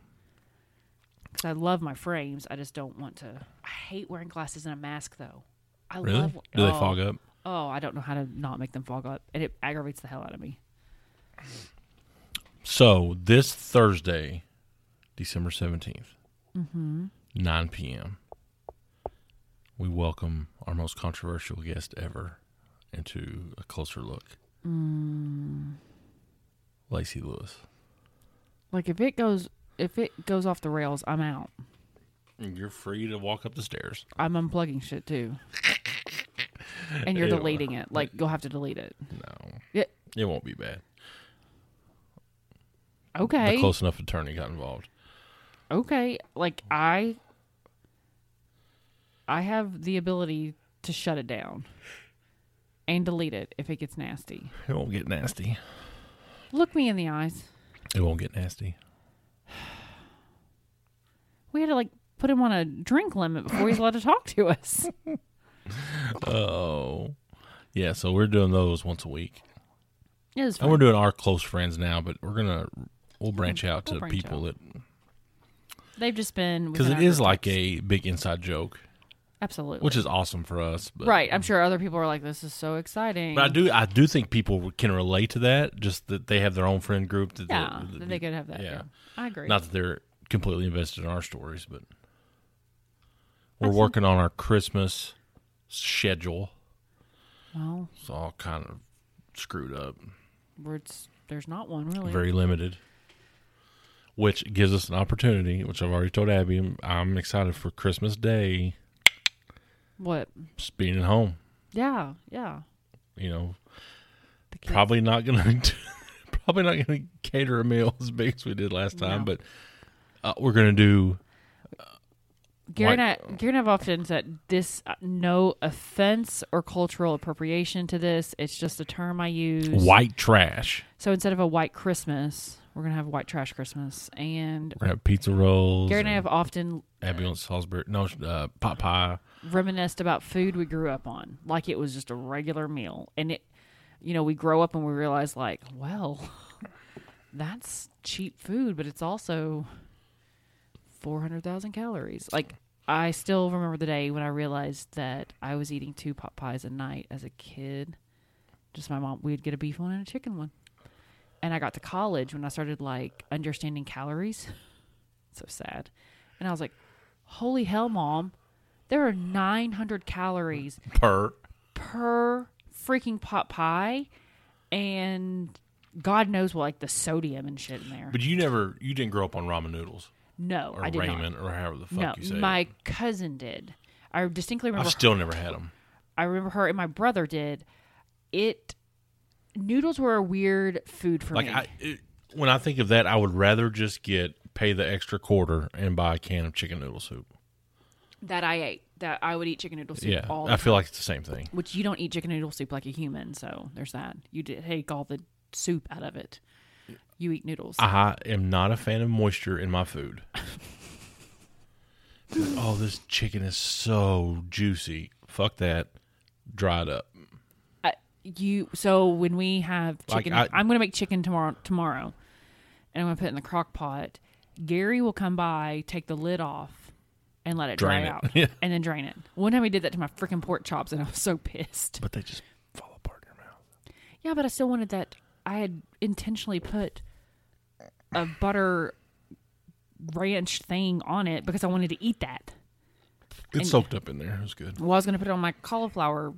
Speaker 2: Because I love my frames. I just don't want to. I hate wearing glasses and a mask, though. I
Speaker 1: Really?
Speaker 2: love.
Speaker 1: Do they
Speaker 2: oh.
Speaker 1: fog up?
Speaker 2: Oh, I don't know how to not make them fog up, and it aggravates the hell out of me.
Speaker 1: So this Thursday, December 17th
Speaker 2: Mm-hmm.
Speaker 1: 9 p.m. We welcome our most controversial guest ever into a closer look.
Speaker 2: Mm.
Speaker 1: Lacey Lewis.
Speaker 2: Like if it goes, if it goes off the rails, I'm out.
Speaker 1: You're free to walk up the stairs.
Speaker 2: I'm unplugging shit too. And you're
Speaker 1: Ew.
Speaker 2: deleting it. Like you'll have to delete it.
Speaker 1: No,
Speaker 2: Yeah.
Speaker 1: it won't be bad.
Speaker 2: Okay.
Speaker 1: The close enough attorney got involved.
Speaker 2: okay like i i have the ability to shut it down and delete it if it gets nasty
Speaker 1: It won't get nasty.
Speaker 2: look me in the eyes
Speaker 1: It won't get nasty.
Speaker 2: we had to like put him on a drink limit before he's allowed to talk to us
Speaker 1: Oh, yeah. So we're doing those once a week.
Speaker 2: it was fun.
Speaker 1: And we're doing our close friends now, but we're gonna we'll branch out to
Speaker 2: We'll branch
Speaker 1: people
Speaker 2: out.
Speaker 1: that
Speaker 2: they've just been
Speaker 1: because
Speaker 2: within
Speaker 1: it
Speaker 2: our
Speaker 1: is
Speaker 2: group
Speaker 1: like
Speaker 2: text.
Speaker 1: a big inside joke,
Speaker 2: absolutely
Speaker 1: which is awesome for us. But,
Speaker 2: right i'm sure other people are like this is so exciting
Speaker 1: but I do I do think people can relate to that. Just that they have their own friend group that
Speaker 2: yeah
Speaker 1: that-
Speaker 2: that they could have that
Speaker 1: yeah.
Speaker 2: yeah, i agree
Speaker 1: Not that they're completely invested in our stories, but we're working on our Christmas schedule.
Speaker 2: well
Speaker 1: It's all kind of screwed up,
Speaker 2: we're, it's, there's not one really
Speaker 1: very limited, which gives us an opportunity. Which I've already told Abby, I'm- I'm excited for Christmas Day.
Speaker 2: what
Speaker 1: Just being at home,
Speaker 2: yeah yeah
Speaker 1: you know,
Speaker 2: The kids-
Speaker 1: probably not gonna probably not gonna cater a meal as big as we did last time,
Speaker 2: No.
Speaker 1: but uh, we're gonna do
Speaker 2: Gary
Speaker 1: Like-
Speaker 2: and I, Gary and I have often said this. uh, No offense or cultural appropriation to this. It's just a term I use.
Speaker 1: white trash.
Speaker 2: So instead of a white Christmas, we're gonna have a white trash Christmas. And
Speaker 1: We're gonna have pizza rolls.
Speaker 2: Gary and I
Speaker 1: and
Speaker 2: have often
Speaker 1: Abby on Salisbury. No, uh, pot pie.
Speaker 2: reminisced about food we grew up on, like it was just a regular meal. And it, you know, we grow up and we realize, like, well, that's cheap food, but it's also 400,000 calories. Like, I still remember the day when I realized that I was eating two pot pies a night as a kid. Just my mom, we'd get a beef one and a chicken one. And I got to college when I started like understanding calories. so sad. And I was like, holy hell, mom, there are 900 calories
Speaker 1: Per
Speaker 2: per freaking pot pie. And God knows what, like the sodium and shit in there.
Speaker 1: but you never you didn't grow up on ramen noodles
Speaker 2: no,
Speaker 1: or
Speaker 2: I did
Speaker 1: ramen
Speaker 2: not.
Speaker 1: or however the fuck
Speaker 2: No,
Speaker 1: you say.
Speaker 2: my
Speaker 1: it.
Speaker 2: cousin did. I distinctly remember.
Speaker 1: I've still never had them.
Speaker 2: I remember her and my brother did. It noodles were a weird food for
Speaker 1: Like
Speaker 2: me.
Speaker 1: I, it, when I think of that, I would rather just get pay the extra quarter and buy a can of chicken noodle soup.
Speaker 2: that I ate. That I would eat chicken noodle soup
Speaker 1: Yeah,
Speaker 2: all the
Speaker 1: I feel like it's the same thing.
Speaker 2: which you don't eat chicken noodle soup like a human, so there's that. You d- take all the soup out of it. You eat noodles.
Speaker 1: I am not a fan of moisture in my food. But, oh, this chicken is so juicy. Fuck that. Dry it up.
Speaker 2: I, you so when we have
Speaker 1: Like,
Speaker 2: chicken,
Speaker 1: I-
Speaker 2: I, am going to make chicken tomorrow. Tomorrow, and I'm going to put it in the crock pot. Gary will come by, take the lid off, and let it
Speaker 1: Drain it.
Speaker 2: dry out,
Speaker 1: Yeah.
Speaker 2: and then drain it. One time he did that to my freaking pork chops, and I was so pissed.
Speaker 1: But they just fall apart in your mouth.
Speaker 2: Yeah, but I still wanted that. I had intentionally put a butter ranch thing on it because I wanted to eat that.
Speaker 1: It soaked up in there. It was good.
Speaker 2: Well, I was going to put it on my cauliflower,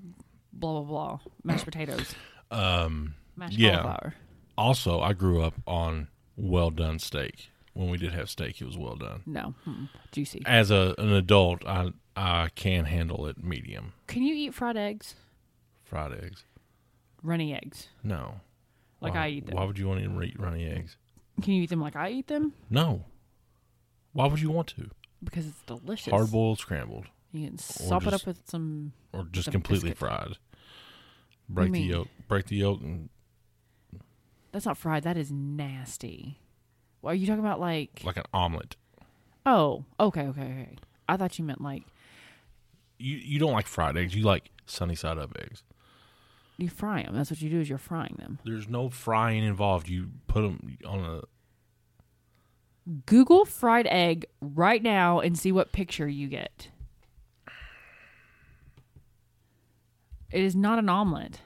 Speaker 2: blah blah blah, mashed potatoes,
Speaker 1: Um,
Speaker 2: mashed
Speaker 1: Yeah.
Speaker 2: cauliflower.
Speaker 1: also, I grew up on well done steak. When we did have steak, it was well done.
Speaker 2: No, mm, juicy.
Speaker 1: As a, an adult, I I can handle it medium
Speaker 2: Can you eat fried eggs?
Speaker 1: fried eggs.
Speaker 2: Runny eggs,
Speaker 1: No,
Speaker 2: like
Speaker 1: Why-
Speaker 2: I eat them.
Speaker 1: Why would you want to eat runny eggs?
Speaker 2: Can you eat them like I eat them?
Speaker 1: No. Why would you want to?
Speaker 2: because it's delicious.
Speaker 1: Hard boiled, scrambled,
Speaker 2: You can sop it
Speaker 1: just-
Speaker 2: up with some.
Speaker 1: or just
Speaker 2: Some
Speaker 1: completely
Speaker 2: biscuit.
Speaker 1: fried? Break the
Speaker 2: mean?
Speaker 1: yolk. Break the yolk and
Speaker 2: That's not fried. That is nasty. What are you talking about? Like,
Speaker 1: like an omelet.
Speaker 2: oh, okay, okay, okay. I thought you meant like
Speaker 1: You you don't like fried eggs. You like sunny side up eggs.
Speaker 2: you fry them. That's what you do. Is you're frying them.
Speaker 1: There's no frying involved. You put them on a
Speaker 2: Google fried egg right now and see what picture you get. It is not an omelet.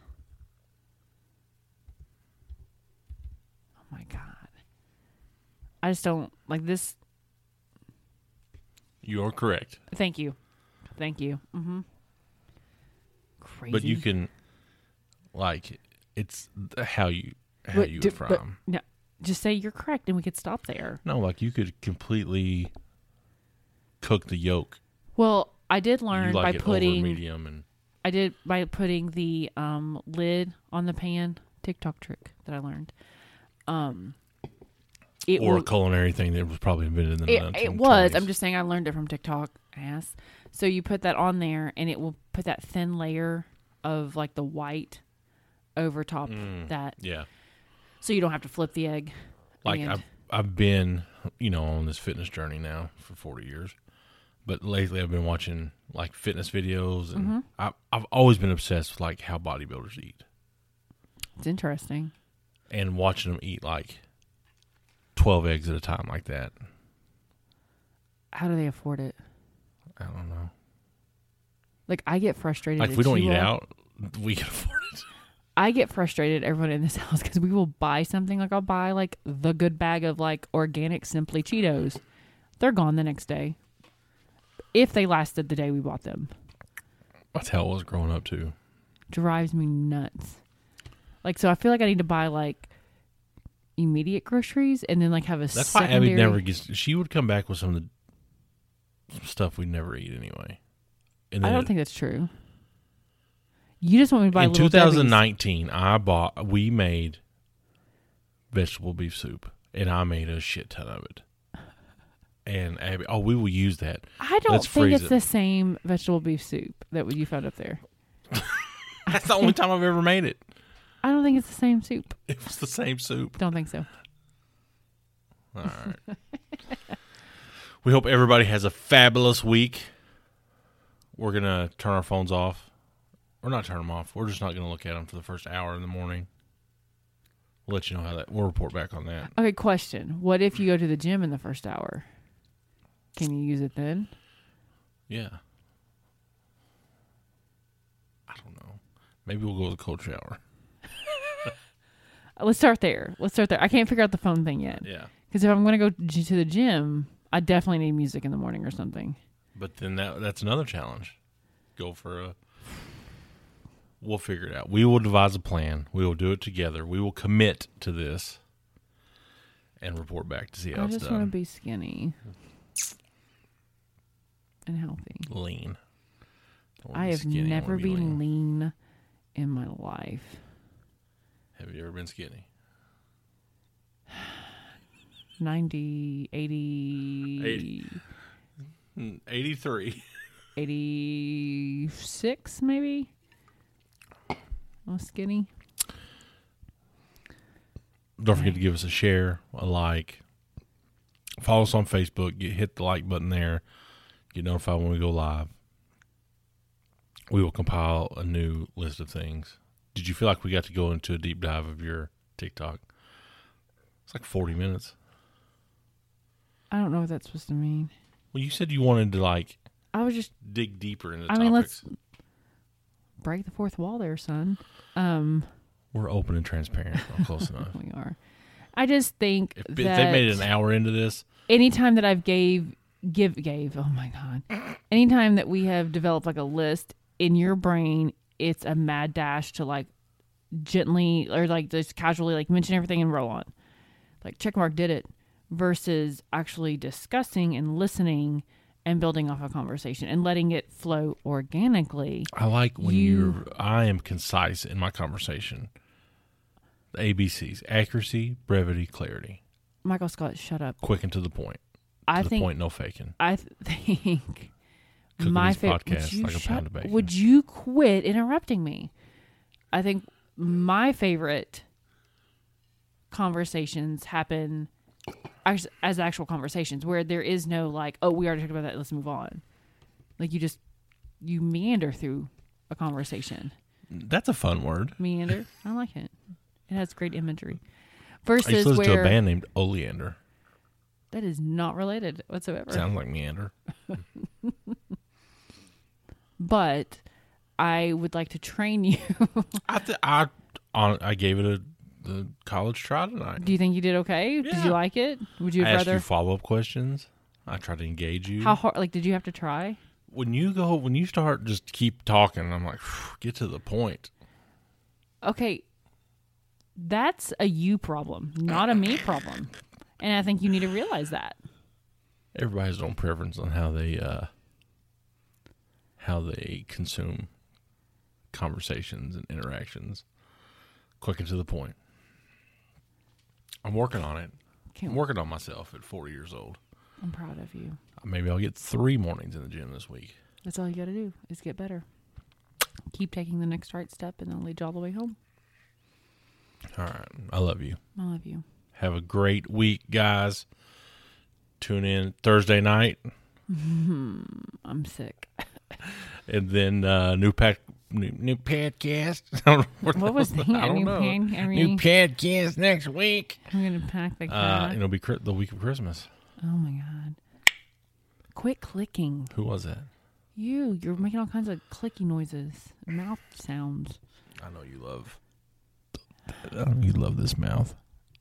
Speaker 2: Oh my god! I just don't like this.
Speaker 1: You are correct,
Speaker 2: Thank you, thank you. Mm-hmm. Crazy,
Speaker 1: but you can like it's th- how you how
Speaker 2: But
Speaker 1: you
Speaker 2: do-
Speaker 1: would fry
Speaker 2: but
Speaker 1: 'em.
Speaker 2: No, just say you're correct, and we could stop there.
Speaker 1: No, like you could completely cook the yolk.
Speaker 2: Well, I did
Speaker 1: You
Speaker 2: learn
Speaker 1: like
Speaker 2: by
Speaker 1: it over
Speaker 2: putting
Speaker 1: medium and
Speaker 2: I did by putting the um, lid on the pan. TikTok trick that I learned. Um, it
Speaker 1: or
Speaker 2: wa-
Speaker 1: a culinary thing that was probably invented in the
Speaker 2: it,
Speaker 1: 1920s.
Speaker 2: it was. I'm just saying I learned it from TikTok. Ass. So you put that on there, and it will put that thin layer of like the white over top
Speaker 1: Mm.
Speaker 2: that,
Speaker 1: yeah.
Speaker 2: so you don't have to flip the egg.
Speaker 1: Like
Speaker 2: and-
Speaker 1: I've I've been you know on this fitness journey now for 40 years, but lately I've been watching like fitness videos
Speaker 2: Mm-hmm.
Speaker 1: and I, I've always been obsessed with like how bodybuilders eat
Speaker 2: it's interesting.
Speaker 1: and watching them eat like 12 eggs at a time like that.
Speaker 2: How do they afford it?
Speaker 1: I don't know.
Speaker 2: Like I get frustrated.
Speaker 1: Like if
Speaker 2: at
Speaker 1: we don't
Speaker 2: you
Speaker 1: eat
Speaker 2: all.
Speaker 1: out, we can afford it.
Speaker 2: I get frustrated at everyone in this house because we will buy something like I'll buy like the good bag of like organic Simply Cheetos. They're gone the next day. If they lasted the day we bought them,
Speaker 1: That's how I was growing up too.
Speaker 2: drives me nuts. Like so, I feel like I need to buy like immediate groceries and then like have a.
Speaker 1: That's
Speaker 2: secondary...
Speaker 1: why Abby never gets. She would come back with some of the some stuff we would never eat anyway. And
Speaker 2: I don't think that's true. You just want me to buy
Speaker 1: in
Speaker 2: Little Debbie's.
Speaker 1: 2019, I bought. We made vegetable beef soup, and I made a shit ton of it. And Abby, oh, we will use that.
Speaker 2: I don't
Speaker 1: Let's
Speaker 2: think
Speaker 1: freeze
Speaker 2: it's
Speaker 1: it.
Speaker 2: the same vegetable beef soup that you found up there.
Speaker 1: That's the only time I've ever made it.
Speaker 2: I don't think it's the same soup.
Speaker 1: It was the same soup.
Speaker 2: Don't think so.
Speaker 1: All right. we hope everybody has a fabulous week. We're going to turn our phones off. Or not turn them off. We're just not going to look at them for the first hour in the morning. We'll let you know how that. We'll report back on that.
Speaker 2: Okay, question. What if you go to the gym in the first hour? Can you use it then?
Speaker 1: Yeah. I don't know. Maybe we'll go with a cold shower.
Speaker 2: Uh, Let's start there. Let's start there. I can't figure out the phone thing yet.
Speaker 1: Yeah.
Speaker 2: Because if I'm going to go g- to the gym, I definitely need music in the morning or something.
Speaker 1: But then that that's another challenge. Go for a. We'll figure it out. We will devise a plan. We will do it together. We will commit to this, and report back to see how
Speaker 2: I
Speaker 1: it's
Speaker 2: just want to
Speaker 1: done.
Speaker 2: be skinny and healthy.
Speaker 1: lean. Don't wanna
Speaker 2: I
Speaker 1: be
Speaker 2: have
Speaker 1: skinny. wanna
Speaker 2: never
Speaker 1: be
Speaker 2: been lean in my life.
Speaker 1: Have you ever been skinny?
Speaker 2: 90, 80,
Speaker 1: Eighty. Eighty-three.
Speaker 2: 86 maybe i was skinny
Speaker 1: Don't forget to give us a share, a like. Follow us on Facebook. Get, hit the like button there. Get notified when we go live. We will compile a new list of things. Did you feel like we got to go into a deep dive of your TikTok? It's like 40 minutes.
Speaker 2: i don't know what that's supposed to mean
Speaker 1: Well, you said you wanted to like
Speaker 2: i was just
Speaker 1: dig deeper into
Speaker 2: I
Speaker 1: topics.
Speaker 2: mean, let's- break the fourth wall there son um
Speaker 1: We're open and transparent. Well, close enough.
Speaker 2: we are i just think
Speaker 1: If, if
Speaker 2: that
Speaker 1: they made an hour into this,
Speaker 2: anytime that i've gave give gave oh my god anytime that we have developed like a list in your brain it's a mad dash to like gently or like just casually like mention everything and roll on like checkmark did it versus actually discussing and listening and building off a conversation and letting it flow organically
Speaker 1: I like when
Speaker 2: You-
Speaker 1: you... are I am concise in my conversation. The ABCs: accuracy, brevity, clarity,
Speaker 2: michael scott shut up
Speaker 1: quick and to the point.
Speaker 2: I
Speaker 1: to the
Speaker 2: think
Speaker 1: point, no faking.
Speaker 2: I th- think
Speaker 1: Cooking
Speaker 2: my
Speaker 1: these
Speaker 2: favorite.
Speaker 1: podcasts
Speaker 2: Would you,
Speaker 1: like a
Speaker 2: shut-
Speaker 1: pound of bacon.
Speaker 2: would you quit interrupting me? I think my favorite conversations happen as, as actual conversations where there is no like, oh, we already talked about that. Let's move on. Like you just you meander through a conversation.
Speaker 1: That's a fun word.
Speaker 2: Meander. I like it. It has great imagery.
Speaker 1: I used
Speaker 2: Versus
Speaker 1: to listen to a
Speaker 2: where
Speaker 1: band named Oleander.
Speaker 2: that is not related whatsoever.
Speaker 1: Sounds like meander.
Speaker 2: But I would like to train you.
Speaker 1: I th- I on, I gave it a, a college try tonight.
Speaker 2: Do you think you did okay? Did
Speaker 1: Yeah.
Speaker 2: you like it? Would you
Speaker 1: I
Speaker 2: have
Speaker 1: asked you
Speaker 2: rather?
Speaker 1: follow up questions. I tried to engage you.
Speaker 2: How hard? Like, did you have to try?
Speaker 1: when you go when you start just keep talking, I'm like, "Phew, get to the point.
Speaker 2: Okay, that's a you problem, not a me problem, and I think you need to realize that.
Speaker 1: Everybody's own preference on how they uh how they consume conversations and interactions. Quick and to the point. I'm working on it.
Speaker 2: Can't
Speaker 1: I'm working on myself at 40 years old.
Speaker 2: I'm proud of you.
Speaker 1: Maybe I'll get three mornings in the gym this week.
Speaker 2: That's all you got to do is get better. Keep taking the next right step, and it'll lead you all the way home.
Speaker 1: All right. I love you.
Speaker 2: I love you.
Speaker 1: Have a great week, guys. Tune in Thursday night,
Speaker 2: I'm sick.
Speaker 1: and then uh, new pack, new, new podcast. I don't know
Speaker 2: What was that?
Speaker 1: I don't
Speaker 2: New
Speaker 1: know.
Speaker 2: pan- I
Speaker 1: new
Speaker 2: mean-
Speaker 1: podcast next week.
Speaker 2: I'm gonna pack the
Speaker 1: Uh,
Speaker 2: cat.
Speaker 1: and it'll be cri- the week of Christmas.
Speaker 2: oh my god! Quit clicking.
Speaker 1: Who was that?
Speaker 2: You, you're making all kinds of clicky noises, mouth sounds.
Speaker 1: I know you love. I know you love this mouth.